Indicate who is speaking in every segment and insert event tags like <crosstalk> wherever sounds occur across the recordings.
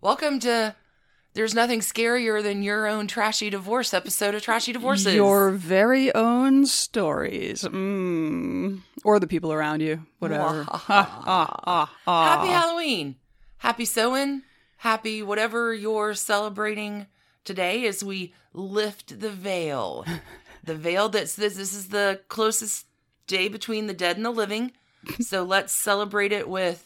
Speaker 1: Welcome to There's Nothing Scarier Than Your Own Trashy Divorce episode of Trashy Divorces.
Speaker 2: Your very own stories. Mm. Or the people around you, whatever. Ah, ah, ah, ah.
Speaker 1: Happy Halloween. Happy sewing. Happy whatever you're celebrating today as we lift
Speaker 2: <laughs>
Speaker 1: the veil. the veil that's this this is the closest day between the dead and
Speaker 2: <laughs>
Speaker 1: the living. So let's celebrate it with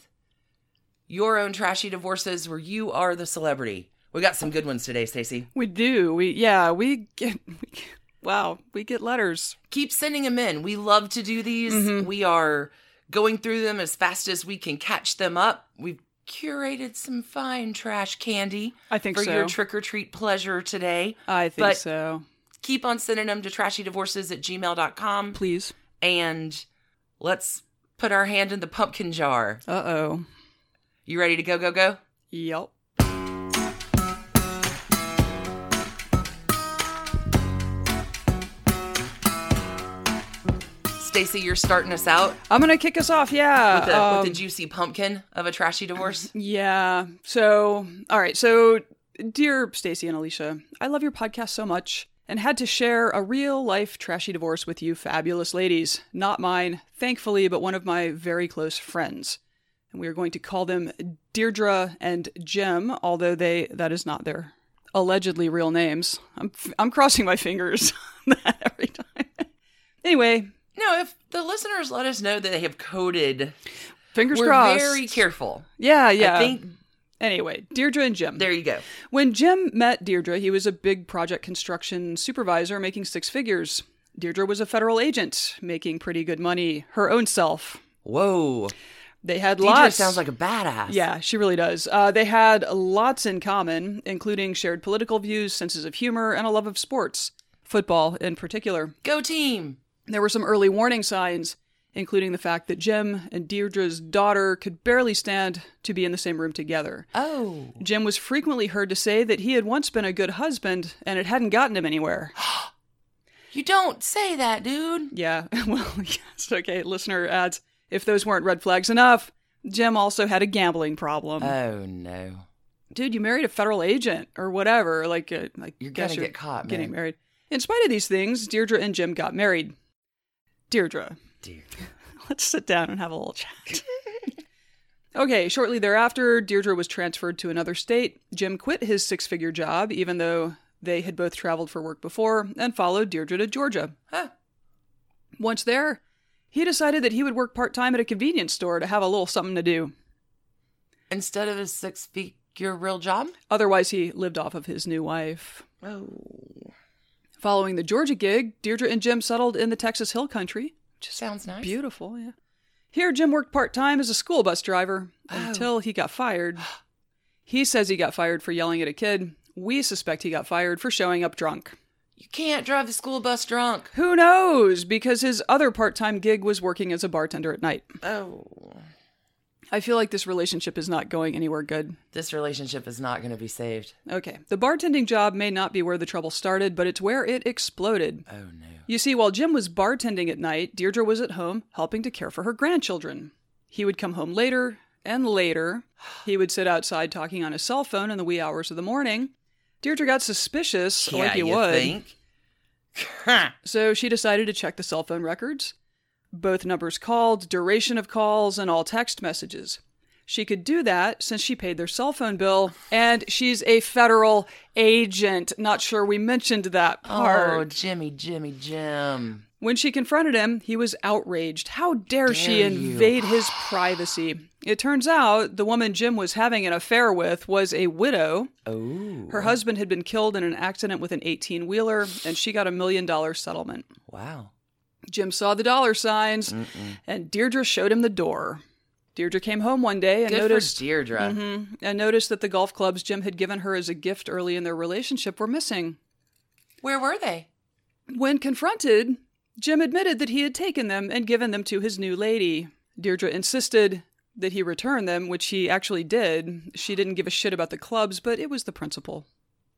Speaker 1: your own trashy divorces where you are the celebrity. We got some good ones today, Stacey.
Speaker 2: We do. We yeah, we get, we get wow, we get letters.
Speaker 1: keep sending them in. We love to do these.
Speaker 2: Mm-hmm.
Speaker 1: We are going through them as fast as we can catch them up. We've curated some fine trash candy
Speaker 2: I think
Speaker 1: for
Speaker 2: so.
Speaker 1: your trick or treat pleasure today.
Speaker 2: I think
Speaker 1: but-
Speaker 2: so.
Speaker 1: Keep on sending them to trashydivorces at gmail.com
Speaker 2: Please.
Speaker 1: and let's put our hand in the pumpkin jar.
Speaker 2: Uh-oh.
Speaker 1: You ready to go, go, go?
Speaker 2: Yep.
Speaker 1: Stacy, you're starting us out
Speaker 2: I'm going to kick us off. Yeah.
Speaker 1: with the,
Speaker 2: um,
Speaker 1: with the juicy pumpkin of a trashy divorce.
Speaker 2: Yeah. So, all right. So, dear Stacy and Alicia, I love your podcast so much and had to share a real life trashy divorce with you fabulous ladies. Not mine, thankfully, but one of my very close friends. And we are going to call them Deirdre and Jem, although they that is not their allegedly real names. I'm I'm crossing my fingers <laughs> every time. Anyway,
Speaker 1: No, if the listeners let us know that they have coded,
Speaker 2: fingers
Speaker 1: we're
Speaker 2: crossed.
Speaker 1: very careful.
Speaker 2: yeah, yeah.
Speaker 1: I think
Speaker 2: anyway, Deirdre and Jim.
Speaker 1: there you go.
Speaker 2: When Jim met Deirdre, he was a big project construction supervisor making six figures. Deirdre was a federal agent making pretty good money her own self.
Speaker 1: Whoa.
Speaker 2: They had
Speaker 1: Deidre
Speaker 2: lots.
Speaker 1: sounds like a badass.
Speaker 2: yeah, she really does. Uh, they had lots in common, including shared political views, senses of humor, and a love of sports, football in particular.
Speaker 1: Go team.
Speaker 2: There were some early warning signs, including the fact that Jim and Deirdre's daughter could barely stand to be in the same room together.
Speaker 1: Oh.
Speaker 2: Jim was frequently heard to say that he had once been a good husband and it hadn't gotten him
Speaker 1: <sighs>
Speaker 2: anywhere.
Speaker 1: You don't say that, dude.
Speaker 2: Yeah, <laughs> well, yes, okay, listener adds if those weren't red flags enough, Jim also had a gambling problem.
Speaker 1: Oh no.
Speaker 2: Dude, you married a federal agent or whatever. Like, uh, like
Speaker 1: You're
Speaker 2: guess
Speaker 1: gonna get caught,
Speaker 2: getting
Speaker 1: man.
Speaker 2: married. In spite of these things, Deirdre and Jim got married. Deirdre,
Speaker 1: Dude.
Speaker 2: <laughs> let's sit down and have a little chat. okay, shortly thereafter, Deirdre was transferred to another state. Jim quit his six figure job, even though they had both traveled for work before, and followed Deirdre to Georgia.
Speaker 1: Huh.
Speaker 2: Once there, he decided that he would work part time at a convenience store to have a little something to do.
Speaker 1: Instead of a six figure real job?
Speaker 2: Otherwise, he lived off of his new wife.
Speaker 1: Oh.
Speaker 2: Following the Georgia gig, Deirdre and Jim settled in the Texas Hill Country, which is
Speaker 1: Sounds nice.
Speaker 2: Beautiful, yeah. Here, Jim worked part time as a school bus driver
Speaker 1: Oh.
Speaker 2: until he got fired. He says he got fired for yelling at a kid. We suspect he got fired for showing up drunk.
Speaker 1: You can't drive the school bus drunk.
Speaker 2: Who knows? Because his other part time gig was working as a bartender at night.
Speaker 1: Oh.
Speaker 2: I feel like this relationship is not going anywhere good.
Speaker 1: This relationship is not gonna be saved.
Speaker 2: Okay, the bartending job may not be where the trouble started, but it's where it exploded.
Speaker 1: Oh no.
Speaker 2: You see, while Jim was bartending at night, Deirdre was at home helping to care for her grandchildren. He would come home later and later. He would sit outside talking on his cell phone in the wee hours of the morning. Deirdre got suspicious, like
Speaker 1: yeah,
Speaker 2: you,
Speaker 1: you Oh,
Speaker 2: would.
Speaker 1: think? <laughs>
Speaker 2: So she decided to check the cell phone records, both numbers called, duration of calls, and all text messages. She could do that since she paid their cell phone bill, and she's a federal agent. Not sure we mentioned that part.
Speaker 1: Oh, Jimmy, Jimmy, Jim.
Speaker 2: When she confronted him, he was outraged. How dare, she
Speaker 1: Dare you.
Speaker 2: invade his privacy? It turns out the woman Jim was having an affair with was a widow.
Speaker 1: Oh.
Speaker 2: Her husband had been killed in an accident with an 18 wheeler, and she got a million dollar settlement.
Speaker 1: Wow.
Speaker 2: Jim saw the dollar signs, and Deirdre showed him the door. Deirdre came home one day and
Speaker 1: Good
Speaker 2: noticed
Speaker 1: for Deirdre.
Speaker 2: Mhm, and noticed that the golf clubs Jim had given her as a gift early in their relationship were missing.
Speaker 1: Where were they?
Speaker 2: When confronted, Jim admitted that he had taken them and given them to his new lady. Deirdre insisted that he return them, which he actually did. She didn't give a shit about the clubs, but it was the principle.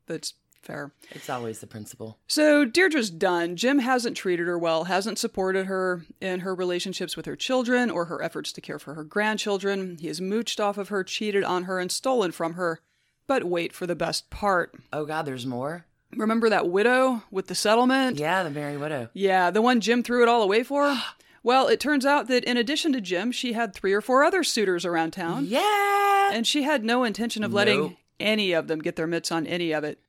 Speaker 2: That's fair.
Speaker 1: It's always the principal.
Speaker 2: So Deirdre's done. Jim hasn't treated her well, hasn't supported her in her relationships with her children or her efforts to care for her grandchildren. He has mooched off of her, cheated on her, and stolen from her. But wait for the best part.
Speaker 1: Oh God, there's more.
Speaker 2: Remember that widow with the <laughs> settlement?
Speaker 1: Yeah, the Merry Widow.
Speaker 2: Yeah, the one Jim threw it all away
Speaker 1: <gasps>
Speaker 2: for? Well, it turns out that in addition to Jim, she had three or four other suitors around town,
Speaker 1: Yeah.
Speaker 2: and she had no intention of letting
Speaker 1: No.
Speaker 2: any of them get their mitts on any of it.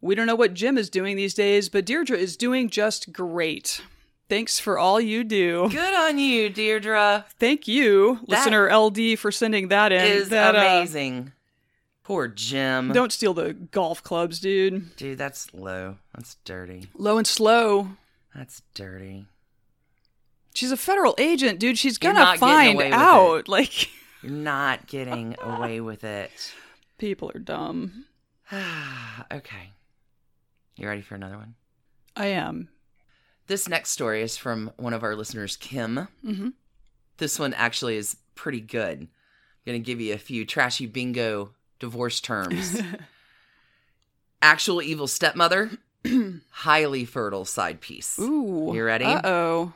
Speaker 2: We don't know what Jim is doing these days, but Deirdre is doing just great. Thanks for all you do.
Speaker 1: Good on you, Deirdre.
Speaker 2: Thank you,
Speaker 1: That
Speaker 2: listener LD, for sending that in.
Speaker 1: Is
Speaker 2: that, uh,
Speaker 1: amazing. Poor Jim.
Speaker 2: don't steal the golf clubs, dude.
Speaker 1: Dude, that's low. That's dirty.
Speaker 2: Low and slow.
Speaker 1: That's dirty.
Speaker 2: She's a federal agent, dude. She's
Speaker 1: You're
Speaker 2: gonna
Speaker 1: not getting
Speaker 2: find
Speaker 1: away with
Speaker 2: out. Like <laughs>
Speaker 1: You're not getting away with it. <sighs>
Speaker 2: people are dumb.
Speaker 1: okay. You ready for another one?
Speaker 2: I am.
Speaker 1: This next story is from one of our listeners, Kim.
Speaker 2: Mm-hmm.
Speaker 1: This one actually is pretty good. I'm going to give you a few trashy bingo
Speaker 2: <laughs>
Speaker 1: divorce terms.
Speaker 2: Mm-hmm.
Speaker 1: <laughs> Actual evil stepmother, <clears throat> highly fertile side piece.
Speaker 2: Ooh.
Speaker 1: You ready?
Speaker 2: Uh oh.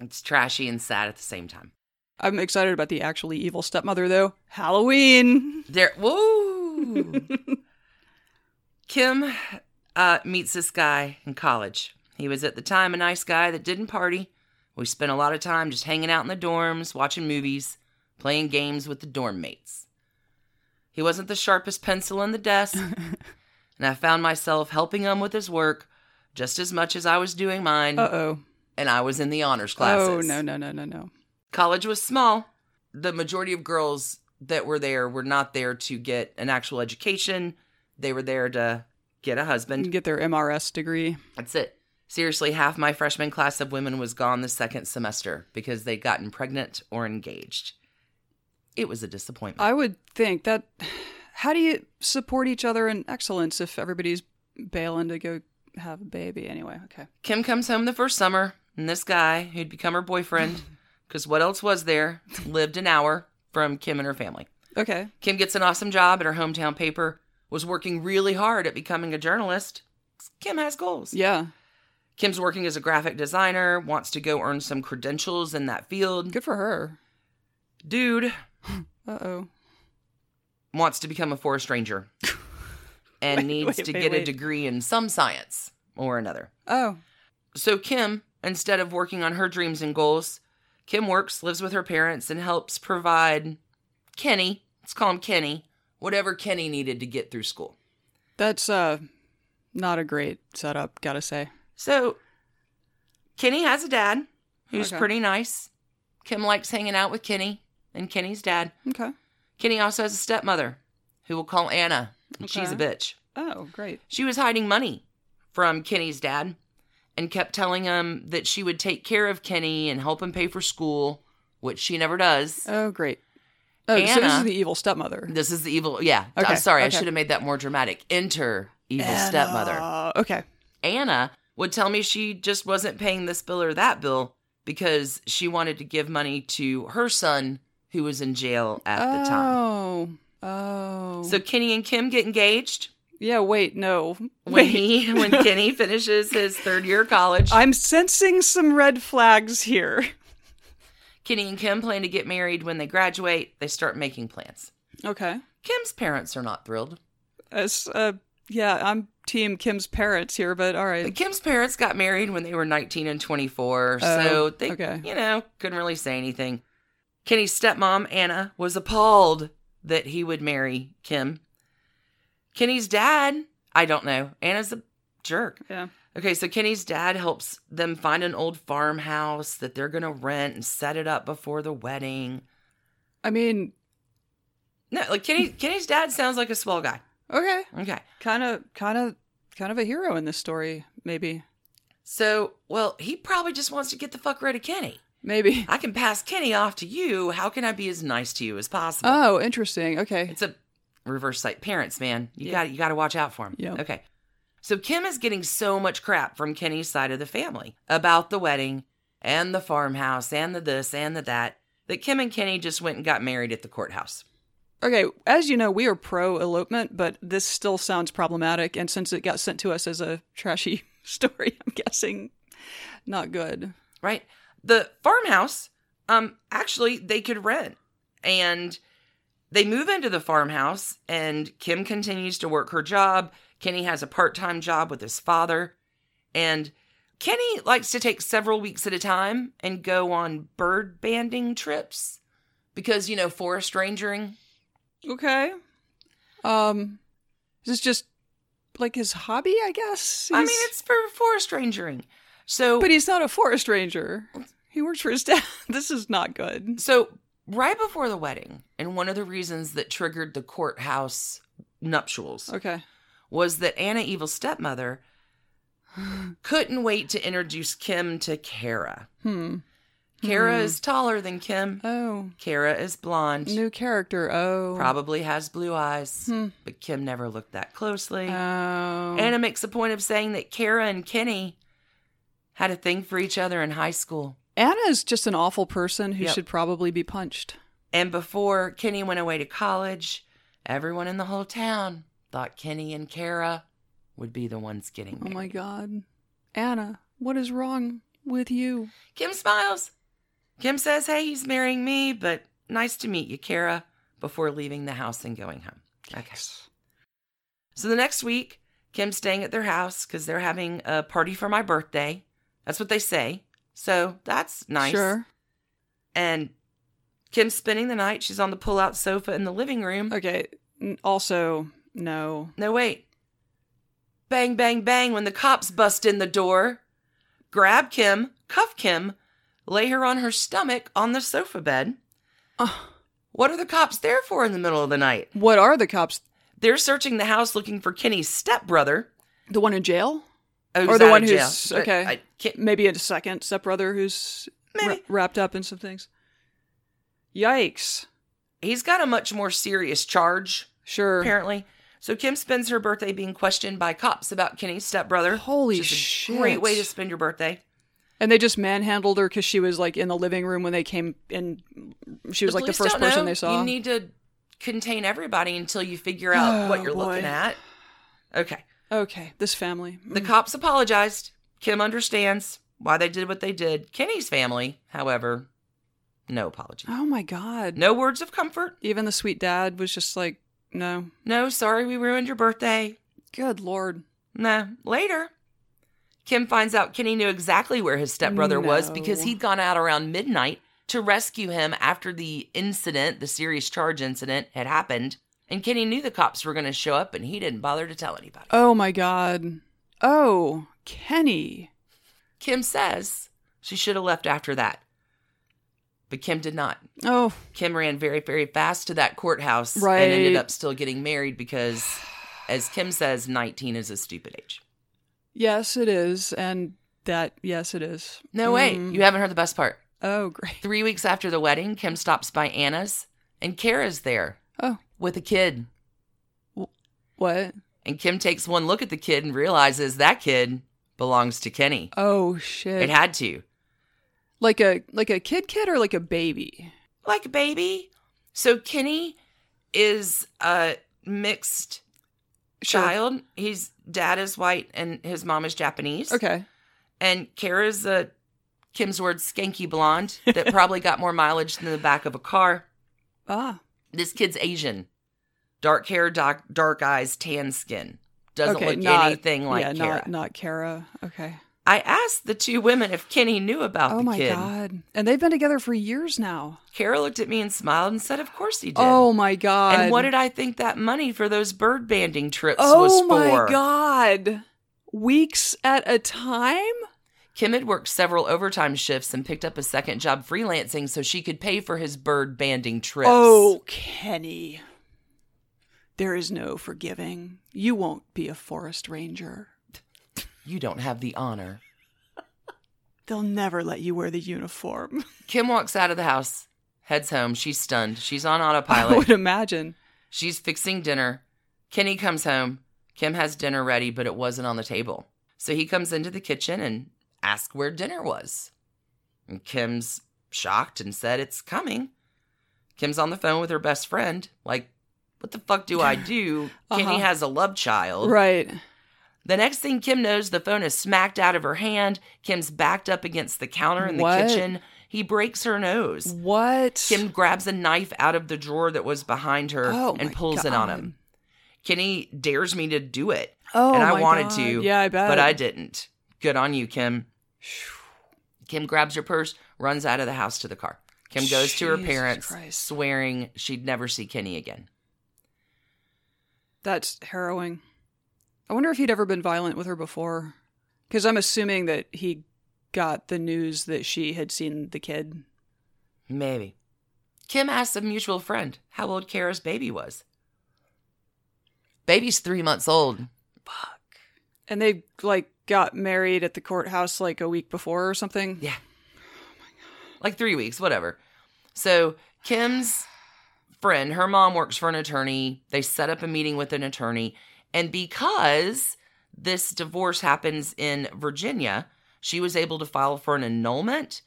Speaker 1: It's trashy and sad at the same time.
Speaker 2: I'm excited about the actually evil stepmother though. Halloween.
Speaker 1: There, whoa.
Speaker 2: <laughs>
Speaker 1: Kim uh, meets this guy in college. He was at the time a nice guy that didn't party. We spent a lot of time just hanging out in the dorms, watching movies, playing games with the dorm mates. He wasn't the sharpest pencil in
Speaker 2: <laughs>
Speaker 1: the desk, and I found myself helping him with his work just as much as I was doing mine,
Speaker 2: Uh oh.
Speaker 1: and I was in the honors classes.
Speaker 2: Oh no no no no no.
Speaker 1: College was small. The majority of girls that were there were not there to get an actual education. They were there to get a husband.
Speaker 2: Get their MRS degree.
Speaker 1: That's it. Seriously, half my freshman class of women was gone the second semester because they'd gotten pregnant or engaged. It was a disappointment.
Speaker 2: I would think that. How do you support each other in excellence if everybody's bailing to go have a baby anyway? Okay.
Speaker 1: Kim comes home the first summer, and this guy, who'd become her boyfriend, because what else was there, lived an hour from Kim and her family.
Speaker 2: Okay.
Speaker 1: Kim gets an awesome job at her hometown paper, was working really hard at becoming a journalist. Kim has goals.
Speaker 2: Yeah.
Speaker 1: Kim's working as a graphic designer, wants to go earn some credentials in that field.
Speaker 2: Good for her.
Speaker 1: Dude
Speaker 2: Uh oh.
Speaker 1: wants to become a
Speaker 2: <laughs>
Speaker 1: forest ranger and
Speaker 2: Wait,
Speaker 1: needs
Speaker 2: wait,
Speaker 1: to
Speaker 2: wait,
Speaker 1: get a
Speaker 2: wait.
Speaker 1: degree in some science or another.
Speaker 2: Oh.
Speaker 1: So Kim, instead of working on her dreams and goals, Kim works, lives with her parents, and helps provide Kenny, let's call him Kenny, whatever Kenny needed to get through school.
Speaker 2: That's uh not a great setup, gotta say.
Speaker 1: So Kenny has a dad who's
Speaker 2: Okay.
Speaker 1: pretty nice. Kim likes hanging out with Kenny and Kenny's dad.
Speaker 2: Okay.
Speaker 1: Kenny also has a stepmother who we'll call Anna. and She's a
Speaker 2: Okay.
Speaker 1: bitch.
Speaker 2: Oh, great.
Speaker 1: She was hiding money from Kenny's dad and kept telling him that she would take care of Kenny and help him pay for school, which she never does.
Speaker 2: Oh, great. Oh, so this is
Speaker 1: Anna-
Speaker 2: the evil stepmother.
Speaker 1: This is the evil. Yeah.
Speaker 2: Okay,
Speaker 1: I'm sorry.
Speaker 2: okay.
Speaker 1: I should have made that more dramatic. Enter evil stepmother.
Speaker 2: Anna. uh, Okay.
Speaker 1: Anna would tell me she just wasn't paying this bill or that bill because she wanted to give money to her son who was in jail at
Speaker 2: oh.
Speaker 1: the time.
Speaker 2: Oh.
Speaker 1: So Kenny and Kim get engaged
Speaker 2: yeah, wait, no.
Speaker 1: when
Speaker 2: Wait.
Speaker 1: he
Speaker 2: <laughs>
Speaker 1: when Kenny finishes his third year of college.
Speaker 2: I'm sensing some red flags here.
Speaker 1: Kenny and Kim plan to get married when they graduate. They start making plans.
Speaker 2: Okay.
Speaker 1: Kim's parents are not thrilled.
Speaker 2: As uh yeah, I'm team Kim's parents here, but all
Speaker 1: But
Speaker 2: right.
Speaker 1: Kim's parents got married when they were 19 and 24,
Speaker 2: Oh,
Speaker 1: so they,
Speaker 2: okay.
Speaker 1: you know, couldn't really say anything. Kenny's stepmom, Anna, was appalled that he would marry Kim. Kenny's dad, I don't know. Anna's a jerk.
Speaker 2: Yeah.
Speaker 1: Okay, so Kenny's dad helps them find an old farmhouse that they're going to rent and set it up before the wedding.
Speaker 2: I mean,
Speaker 1: No,
Speaker 2: <laughs>
Speaker 1: like Kenny Kenny's dad sounds like a swell guy.
Speaker 2: okay.
Speaker 1: Okay.
Speaker 2: Kind of kind of kind of a hero in this story, maybe.
Speaker 1: So, well, he probably just wants to get the fuck rid of Kenny.
Speaker 2: Maybe.
Speaker 1: I can pass Kenny off to you. How can I be as nice to you as possible?
Speaker 2: Oh, interesting. Okay.
Speaker 1: it's a reverse psych. Parents, man, you
Speaker 2: Yeah.
Speaker 1: got you got to watch out for him.
Speaker 2: Yeah.
Speaker 1: Okay. So Kim is getting so much crap from Kenny's side of the family about the wedding and the farmhouse and the this and the that that Kim and Kenny just went and got married at the courthouse.
Speaker 2: Okay, as you know, we are pro elopement, but this still sounds problematic. And since it got sent to us as a trashy <laughs> story, I'm guessing not good.
Speaker 1: right? The farmhouse, um, actually they could rent, and They move into the farmhouse, and Kim continues to work her job. Kenny has a part time job with his father. And Kenny likes to take several weeks at a time and go on bird banding trips because, you know, forest rangering.
Speaker 2: Okay. Um, is this just like his hobby? I guess.
Speaker 1: I mean,
Speaker 2: He's-
Speaker 1: it's for forest rangering. So,
Speaker 2: but he's not a forest ranger. He works for his <laughs> dad. this is not good.
Speaker 1: so right before the wedding, and one of the reasons that triggered the courthouse nuptials
Speaker 2: Okay.
Speaker 1: was that Anna Evil's stepmother couldn't wait to introduce Kim to Kara.
Speaker 2: Hmm.
Speaker 1: Kara
Speaker 2: Hmm.
Speaker 1: is taller than Kim.
Speaker 2: Oh,
Speaker 1: Kara is blonde.
Speaker 2: new character. Oh,
Speaker 1: Probably has blue eyes,
Speaker 2: Hmm.
Speaker 1: but Kim never looked that closely.
Speaker 2: Oh.
Speaker 1: Anna makes a point of saying that Kara and Kenny had a thing for each other in high school.
Speaker 2: Anna is just an awful person who
Speaker 1: Yep.
Speaker 2: should probably be punched.
Speaker 1: And before Kenny went away to college, everyone in the whole town thought Kenny and Kara would be the ones getting
Speaker 2: Oh
Speaker 1: married.
Speaker 2: my god. Anna, what is wrong with you?
Speaker 1: Kim smiles. Kim says, Hey, he's marrying me, but nice to meet you, Kara, before leaving the house and going home. Okay. So the next week, Kim's staying at their house because they're having a party for my birthday. That's what they say. So that's nice.
Speaker 2: Sure.
Speaker 1: And Kim's spending the night. She's on the pull out sofa in the living room.
Speaker 2: Okay. n- Also, no.
Speaker 1: No, wait. Bang, bang, bang when the cops bust in the door. Grab Kim, cuff Kim, lay her on her stomach on the sofa bed.
Speaker 2: Ugh.
Speaker 1: What are the cops there for in the middle of the night?
Speaker 2: what are the cops?
Speaker 1: They're searching the house looking for Kenny's stepbrother.
Speaker 2: The one in jail?
Speaker 1: who's
Speaker 2: Or the
Speaker 1: out
Speaker 2: one
Speaker 1: of
Speaker 2: who's-
Speaker 1: jail.
Speaker 2: okay.
Speaker 1: I can't-
Speaker 2: Maybe a second stepbrother who's wra-
Speaker 1: Maybe.
Speaker 2: wrapped up in some things. Yikes.
Speaker 1: He's got a much more serious charge,
Speaker 2: Sure.
Speaker 1: apparently. So Kim spends her birthday being questioned by cops about Kenny's stepbrother.
Speaker 2: Holy
Speaker 1: which is a
Speaker 2: shit.
Speaker 1: Great way to spend your birthday.
Speaker 2: And they just manhandled her because she was like in the living room when they came in. She was like the
Speaker 1: police
Speaker 2: first
Speaker 1: don't
Speaker 2: person
Speaker 1: know.
Speaker 2: they saw.
Speaker 1: You need to contain everybody until you figure out
Speaker 2: Oh,
Speaker 1: what you're
Speaker 2: boy.
Speaker 1: looking at. Okay.
Speaker 2: okay, this family.
Speaker 1: The cops apologized. Kim understands why they did what they did. Kenny's family, however, no apology.
Speaker 2: oh my god.
Speaker 1: No words of comfort.
Speaker 2: Even the sweet dad was just like, no.
Speaker 1: No, sorry we ruined your birthday.
Speaker 2: Good lord.
Speaker 1: No, later. Kim finds out Kenny knew exactly where his stepbrother was
Speaker 2: No.
Speaker 1: because he'd gone out around midnight to rescue him after the incident, the serious charge incident, had happened. And Kenny knew the cops were going to show up and he didn't bother to tell anybody.
Speaker 2: Oh my god. Oh, Kenny.
Speaker 1: Kim says she should have left after that. But Kim did not.
Speaker 2: Oh,
Speaker 1: Kim ran very, very fast to that courthouse
Speaker 2: Right.
Speaker 1: and ended up still getting married because, as Kim says, 19 is a stupid age.
Speaker 2: yes, it is. And that, yes, it is.
Speaker 1: No, wait,
Speaker 2: Mm.
Speaker 1: you haven't heard the best part.
Speaker 2: Oh, great.
Speaker 1: Three weeks after the wedding, Kim stops by Anna's and Kara's there
Speaker 2: Oh,
Speaker 1: with a kid.
Speaker 2: what?
Speaker 1: And Kim takes one look at the kid and realizes that kid belongs to Kenny.
Speaker 2: Oh, shit.
Speaker 1: It had to.
Speaker 2: like a like a kid kid or like a baby?
Speaker 1: Like, baby. So Kenny is a mixed
Speaker 2: Sure.
Speaker 1: child. His dad is white and his mom is Japanese.
Speaker 2: Okay.
Speaker 1: And Kara's a Kim's word skanky
Speaker 2: <laughs>
Speaker 1: blonde that probably got more mileage than the back of a car.
Speaker 2: Ah.
Speaker 1: This kid's Asian. Dark hair, dark, dark eyes, tan skin. Doesn't
Speaker 2: okay,
Speaker 1: look
Speaker 2: not,
Speaker 1: anything like
Speaker 2: yeah,
Speaker 1: Kara.
Speaker 2: Not, not Kara. Okay.
Speaker 1: I asked the two women if Kenny knew about
Speaker 2: Oh
Speaker 1: the
Speaker 2: my
Speaker 1: kid.
Speaker 2: god. And they've been together for years now.
Speaker 1: Kara looked at me and smiled and said, Of course he did.
Speaker 2: Oh my god.
Speaker 1: and what did I think that money for those bird banding trips was
Speaker 2: Oh
Speaker 1: for?
Speaker 2: my god. Weeks at a time?
Speaker 1: Kim had worked several overtime shifts and picked up a second job freelancing so she could pay for his bird banding trips.
Speaker 2: Oh, Kenny. There is no forgiving. You won't be a forest ranger.
Speaker 1: You don't have the honor.
Speaker 2: They'll never let you wear the uniform. <laughs>
Speaker 1: Kim walks out of the house, heads home. She's stunned. She's
Speaker 2: <laughs>
Speaker 1: on
Speaker 2: I would
Speaker 1: autopilot.
Speaker 2: imagine.
Speaker 1: She's fixing dinner. Kenny comes home. Kim has dinner ready, but it wasn't on the table. So he comes into the kitchen and asks where dinner was. And Kim's shocked and said, It's coming. Kim's on the phone with her best friend. Like, what the
Speaker 2: <laughs>
Speaker 1: fuck do I do? Kenny
Speaker 2: Uh-huh.
Speaker 1: has a love child.
Speaker 2: Right.
Speaker 1: The next thing Kim knows, the phone is smacked out of her hand. Kim's backed up against the counter in the
Speaker 2: What?
Speaker 1: kitchen. He breaks her nose.
Speaker 2: What?
Speaker 1: Kim grabs a knife out of the drawer that was behind her
Speaker 2: Oh,
Speaker 1: and
Speaker 2: my
Speaker 1: pulls it on
Speaker 2: God.
Speaker 1: him. Kenny dares me to do it,
Speaker 2: oh,
Speaker 1: and I
Speaker 2: my
Speaker 1: wanted
Speaker 2: God.
Speaker 1: to,
Speaker 2: Yeah, I bet.
Speaker 1: but I didn't. Good on you, Kim. Kim grabs her purse, runs out of the house to the car. Kim goes to her
Speaker 2: Jesus
Speaker 1: parents,
Speaker 2: Christ.
Speaker 1: swearing she'd never see Kenny again.
Speaker 2: That's harrowing. I wonder if he'd ever been violent with her before. Because I'm assuming that he got the news that she had seen the kid.
Speaker 1: Maybe. Kim asks a mutual friend how old Kara's baby was. Baby's three months old.
Speaker 2: Fuck. And they, like, got married at the courthouse, like, a week before or something.
Speaker 1: Yeah. like three weeks, whatever. So Kim's friend, her mom works for an attorney. They set up a meeting with an attorney. And because this divorce happens in Virginia, she was able to file for an annulment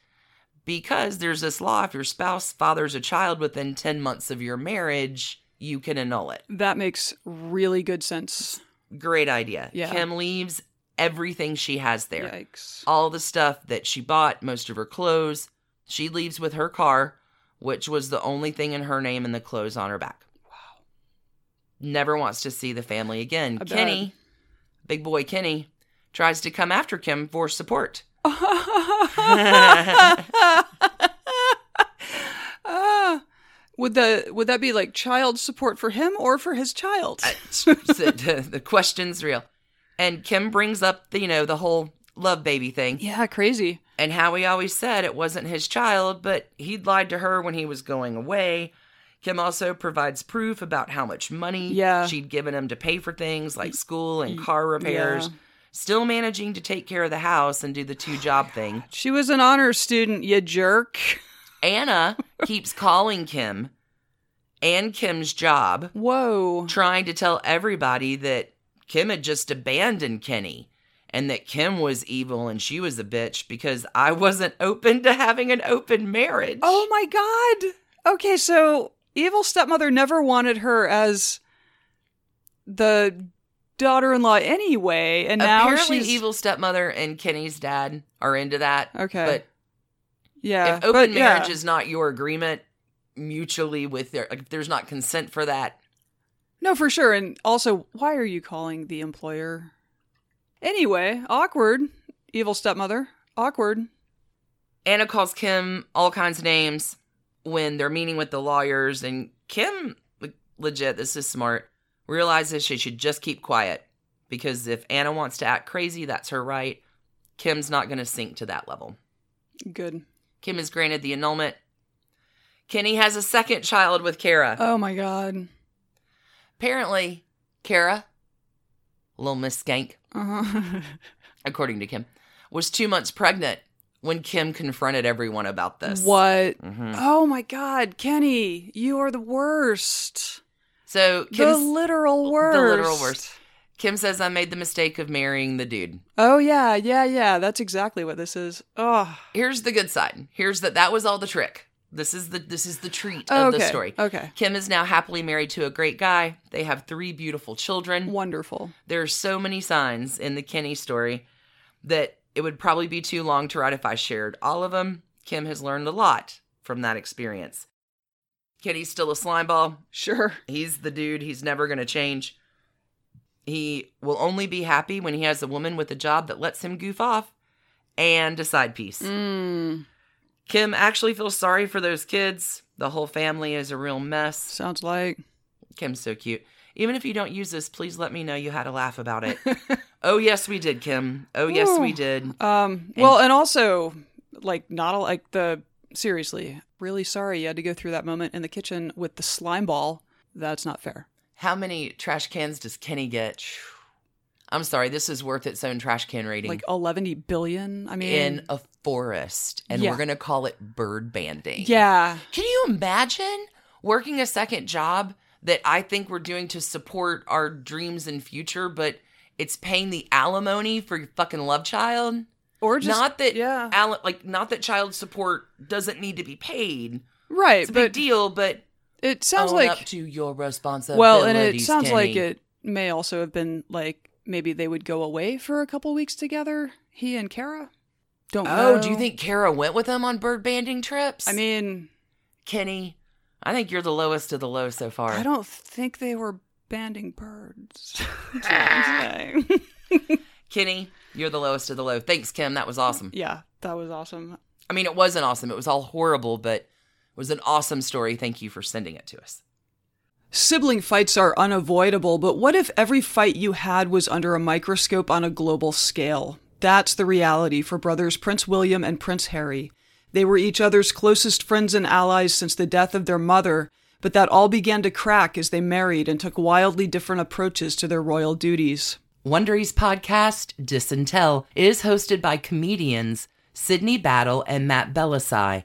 Speaker 1: because there's this law if your spouse fathers a child within 10 months of your marriage, you can annul it.
Speaker 2: That makes really good sense.
Speaker 1: Great idea.
Speaker 2: Yeah.
Speaker 1: Kim leaves everything she has there
Speaker 2: Yikes. <laughs>
Speaker 1: all the stuff that she bought, most of her clothes. She leaves with her car, which was the only thing in her name and the clothes on her back.
Speaker 2: Wow.
Speaker 1: Never wants to see the family again.
Speaker 2: I bet.
Speaker 1: Kenny, big boy Kenny, tries to come after Kim
Speaker 2: <laughs>
Speaker 1: for support. <laughs>
Speaker 2: Ah. would the would that be like child support for him or for his child?
Speaker 1: Uh,
Speaker 2: <laughs>
Speaker 1: So the, the question's real. And Kim brings up, the, you know, the whole love baby thing
Speaker 2: yeah, crazy.
Speaker 1: and how he always said it wasn't his child, but he'd lied to her when he was going away. Kim also provides proof about how much money
Speaker 2: Yeah.
Speaker 1: she'd given him to pay for things like school and car repairs,
Speaker 2: Yeah.
Speaker 1: still managing to take care of the house and do the two job thing.
Speaker 2: She was an honor student, you jerk. <laughs>
Speaker 1: Anna keeps calling Kim and Kim's job,
Speaker 2: Whoa.
Speaker 1: trying to tell everybody that Kim had just abandoned Kenny and that Kim was evil and she was a bitch because I wasn't open to having an open marriage.
Speaker 2: Oh my god. Okay, so evil stepmother never wanted her as the daughter-in-law anyway, and now
Speaker 1: apparently
Speaker 2: she's
Speaker 1: evil stepmother and Kenny's dad are into that.
Speaker 2: Okay.
Speaker 1: But
Speaker 2: yeah.
Speaker 1: if open
Speaker 2: but yeah.
Speaker 1: marriage is not your agreement mutually with their like, if there's not consent for that,
Speaker 2: No, for sure. And also, why are you calling the employer? Anyway, awkward. Evil stepmother. Awkward.
Speaker 1: Anna calls Kim all kinds of names when they're meeting with the lawyers and Kim like, legit, this is smart, realizes she should just keep quiet because if Anna wants to act crazy, that's her right. Kim's not gonna sink to that level.
Speaker 2: Good.
Speaker 1: Kim is granted the annulment. Kenny has a second child with Kara.
Speaker 2: Oh my god.
Speaker 1: Apparently, Kara, little Miss Skank,
Speaker 2: Uh-huh.
Speaker 1: according to Kim, was two months pregnant when Kim confronted everyone about <laughs> this.
Speaker 2: What?
Speaker 1: Mhm.
Speaker 2: Oh my god, Kenny, you are the worst.
Speaker 1: So
Speaker 2: the
Speaker 1: Kim,
Speaker 2: literal worst.
Speaker 1: literal worst. Kim says, I made the mistake of marrying the dude.
Speaker 2: Oh yeah, yeah, yeah. That's exactly what this is. Oh,
Speaker 1: Here's the good side. Here's that that was all the trick. This is the this is the treat of
Speaker 2: okay.
Speaker 1: the story.
Speaker 2: Okay.
Speaker 1: Kim is now happily married to a great guy. They have three beautiful children.
Speaker 2: Wonderful.
Speaker 1: There are so many signs in the Kenny story that it would probably be too long to write if I shared all of them. Kim has learned a lot from that experience. Kenny's still a slimeball.
Speaker 2: Sure.
Speaker 1: He's the dude. He's never going to change. He will only be happy when he has a woman with a job that lets him goof off and a side piece.
Speaker 2: Mm,
Speaker 1: Kim actually feels sorry for those kids. The whole family is a real mess.
Speaker 2: sounds like
Speaker 1: Kim's so cute. Even if you don't use this, please let me know you had a laugh
Speaker 2: <laughs>
Speaker 1: about it. oh, yes, we did, Kim. Oh, yes, we
Speaker 2: Ooh.
Speaker 1: did.
Speaker 2: Um. Well, and also, like, not a, like the seriously. Really sorry you had to go through that moment in the kitchen with the slime ball. That's not fair.
Speaker 1: How many trash cans does Kenny get? I'm sorry, this is worth its own trash can rating.
Speaker 2: Like eleven billion. I mean,
Speaker 1: in a forest, and
Speaker 2: Yeah.
Speaker 1: we're going to call it bird banding.
Speaker 2: yeah.
Speaker 1: Can you imagine working a second job that I think we're doing to support our dreams and future, but it's paying the alimony for your fucking love child?
Speaker 2: Or just
Speaker 1: not that
Speaker 2: yeah.
Speaker 1: al- like not that child support doesn't need to be paid.
Speaker 2: right.
Speaker 1: It's a big
Speaker 2: But
Speaker 1: deal, but
Speaker 2: it sounds
Speaker 1: own
Speaker 2: like
Speaker 1: up to your responsibility.
Speaker 2: well, and it sounds like it may also have been like maybe they would go away for a couple weeks together. He and Kara. Don't
Speaker 1: Oh,
Speaker 2: know.
Speaker 1: do you think Kara went with him on bird banding trips?
Speaker 2: I mean,
Speaker 1: Kenny, I think you're the lowest of the low so far.
Speaker 2: I don't think they were banding birds. <laughs> That's what
Speaker 1: Ah.
Speaker 2: I'm saying.
Speaker 1: Kenny, you're the lowest of the low. Thanks, Kim. That was awesome.
Speaker 2: yeah, that was awesome.
Speaker 1: I mean, it wasn't awesome. It was all horrible, but it was an awesome story. Thank you for sending it to us.
Speaker 2: Sibling fights are unavoidable, but what if every fight you had was under a microscope on a global scale? That's the reality for brothers Prince William and Prince Harry. They were each other's closest friends and allies since the death of their mother, but that all began to crack as they married and took wildly different approaches to their royal duties.
Speaker 1: Wondery's podcast, Disintel, is hosted by comedians Sydney Battle and Matt Belisai.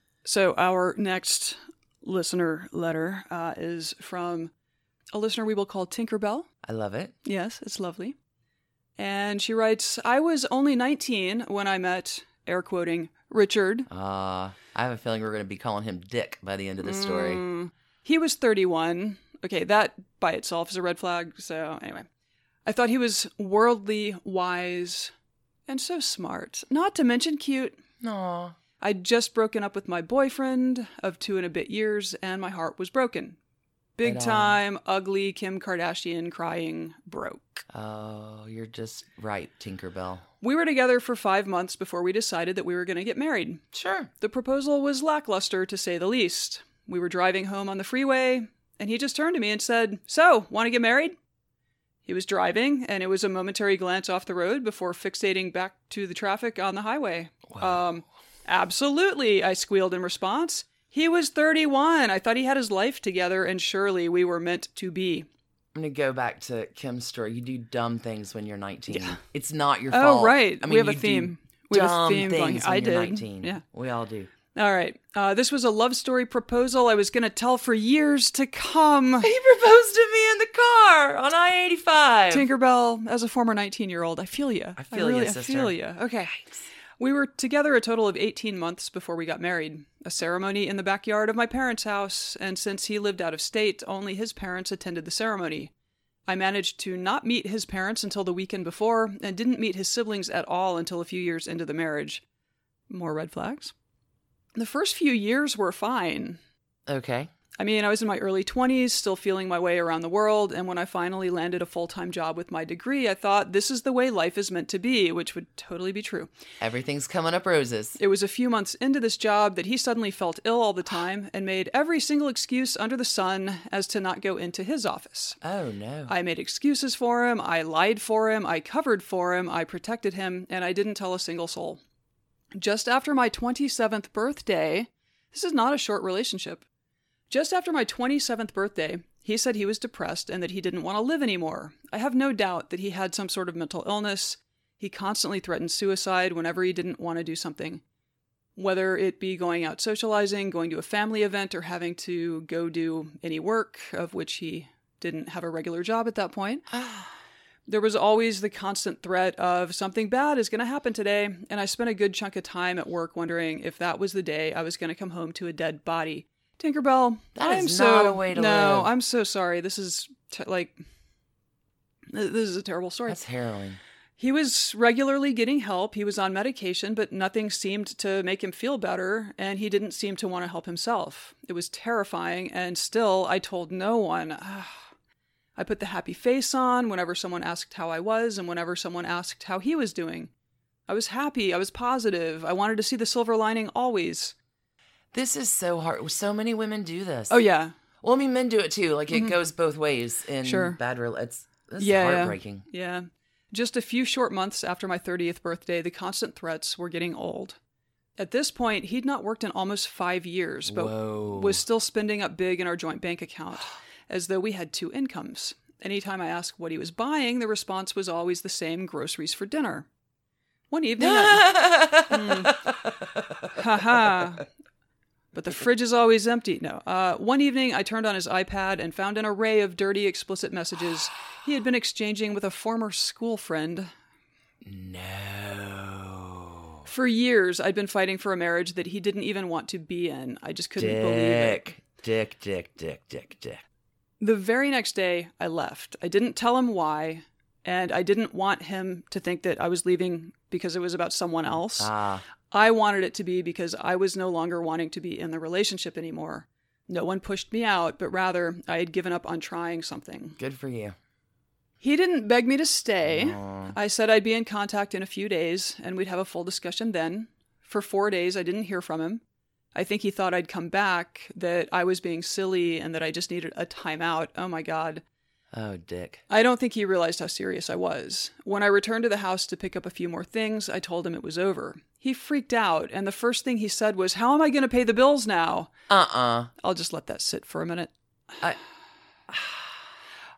Speaker 2: so our next listener letter uh, is from a listener we will call Tinkerbell.
Speaker 1: I love it.
Speaker 2: Yes, it's lovely. And she writes I was only 19 when I met, air quoting, Richard.
Speaker 1: Uh, I have a feeling we're going to be calling him Dick by the end of this story.
Speaker 2: Mm. He was 31. Okay, that by itself is a red flag. So, anyway, I thought he was worldly, wise, and so smart. Not to mention cute.
Speaker 1: No.
Speaker 2: I'd just broken up with my boyfriend of two and a bit years, and my heart was broken. Big
Speaker 1: Right on.
Speaker 2: time, ugly Kim Kardashian crying broke.
Speaker 1: Oh, you're just right, Tinkerbell.
Speaker 2: We were together for five months before we decided that we were going to get married.
Speaker 1: Sure.
Speaker 2: The proposal was lackluster, to say the least. We were driving home on the freeway, and he just turned to me and said, So, want to get married? He was driving, and it was a momentary glance off the road before fixating back to the traffic on the highway. Um, absolutely, I squealed in response. He was 31. I thought he had his life together, and surely we were meant to be.
Speaker 1: I'm gonna go back to Kim's story. You do dumb things when you're 19. It's not your fault.
Speaker 2: Oh, right.
Speaker 1: I mean,
Speaker 2: we have a
Speaker 1: you do
Speaker 2: theme. We have a
Speaker 1: Dumb
Speaker 2: theme going.
Speaker 1: things when
Speaker 2: I
Speaker 1: you're
Speaker 2: did.
Speaker 1: 19.
Speaker 2: Yeah.
Speaker 1: we
Speaker 2: <laughs>
Speaker 1: all do.
Speaker 2: All right. Uh, this was a love story proposal I was going to tell for years to come. <laughs>
Speaker 1: He proposed to me in the car on I-85.
Speaker 2: Tinkerbell, as a former 19 year old, I feel you.
Speaker 1: I feel ya, sister.
Speaker 2: I feel you. Okay. We were together a total of 18 months before we got married. A ceremony in the backyard of my parents' house, and since he lived out of state, only his parents attended the ceremony. I managed to not meet his parents until the weekend before, and didn't meet his siblings at all until a few years into the marriage. More red flags? The first few years were fine.
Speaker 1: okay.
Speaker 2: I mean, I was in my early 20s, still feeling my way around the world, and when I finally landed a full time job with my degree, I thought this is the way life is meant to be, which would totally be true.
Speaker 1: Everything's coming up roses.
Speaker 2: It was a few months into this job that he suddenly felt ill all the time and made every single excuse under the sun as to not go into his office.
Speaker 1: Oh no.
Speaker 2: I made excuses for him, I lied for him, I covered for him, I protected him, and I didn't tell a single soul. Just after my 27th birthday, this is not a short relationship. Just after my 27th birthday, he said he was depressed and that he didn't want to live anymore. I have no doubt that he had some sort of mental illness. He constantly threatened suicide whenever he didn't want to do something. Whether it be going out socializing, going to a family event, or having to
Speaker 1: <sighs> Ah.
Speaker 2: go do any work, of which he didn't have a regular job at that point. There was always the constant threat of something bad is going to happen today, and I spent a good chunk of time at work wondering if that was the day I was going to come home to a dead body. Tinkerbell,
Speaker 1: That
Speaker 2: I'm
Speaker 1: is
Speaker 2: so,
Speaker 1: not a way to
Speaker 2: no,
Speaker 1: live.
Speaker 2: I'm so sorry. This is t- like th- this is a terrible story.
Speaker 1: That's harrowing.
Speaker 2: He was regularly getting help. He was on medication, but nothing seemed to make him feel better, and he didn't seem to want to help himself. It was terrifying, and still, I told no one. <sighs> Ah. I put the happy face on whenever someone asked how I was and whenever someone asked how he was doing. I was happy. I was positive. I wanted to see the silver lining always.
Speaker 1: This is so hard. So many women do this.
Speaker 2: Oh, yeah. Mm-hmm.
Speaker 1: Well, I mean, men do it too. Like it goes both ways in
Speaker 2: Sure.
Speaker 1: bad relates. It's
Speaker 2: Yeah, yeah.
Speaker 1: heartbreaking.
Speaker 2: Yeah. Just a few short months after my 30th birthday, the constant threats were getting old. At this point, he'd not worked in almost five years, but
Speaker 1: Whoa.
Speaker 2: was still spending up big in our joint bank account, as though we had two incomes. Anytime I asked what he was buying, the response was always the same groceries for dinner. One evening,
Speaker 1: <laughs>
Speaker 2: I, <laughs> haha. But the fridge is always empty. No. Uh, one evening, I turned on his iPad and found an array of dirty, explicit messages he had been exchanging with a former school friend.
Speaker 1: <laughs>
Speaker 2: Mm.
Speaker 1: no.
Speaker 2: For years, I'd been fighting for a marriage that he didn't even want to be in. I just couldn't believe it.
Speaker 1: Dick. Dick, dick, dick, dick, dick.
Speaker 2: The very next day, I left. I didn't tell him why, and I didn't want him to think that I was leaving because it was about someone else.
Speaker 1: Ah.
Speaker 2: I wanted it to be because I was no longer wanting to be in the relationship anymore. No one pushed me out, but rather I had given up on trying something.
Speaker 1: Good for you.
Speaker 2: He didn't beg me to stay. I said I'd be in contact in a few days and we'd have a full discussion then. For four days, I didn't hear from him. I think he thought I'd come back, that I was being silly, and that I just needed a timeout. Oh my God.
Speaker 1: Oh, dick.
Speaker 2: I don't think he realized how serious I was. When I returned to the house to pick up a few more things, I told him it was over. He freaked out, and the first thing he said was, How am I going to pay the bills now?
Speaker 1: Uh uh
Speaker 2: I'll just let that sit for a minute.
Speaker 1: I-
Speaker 2: <sighs>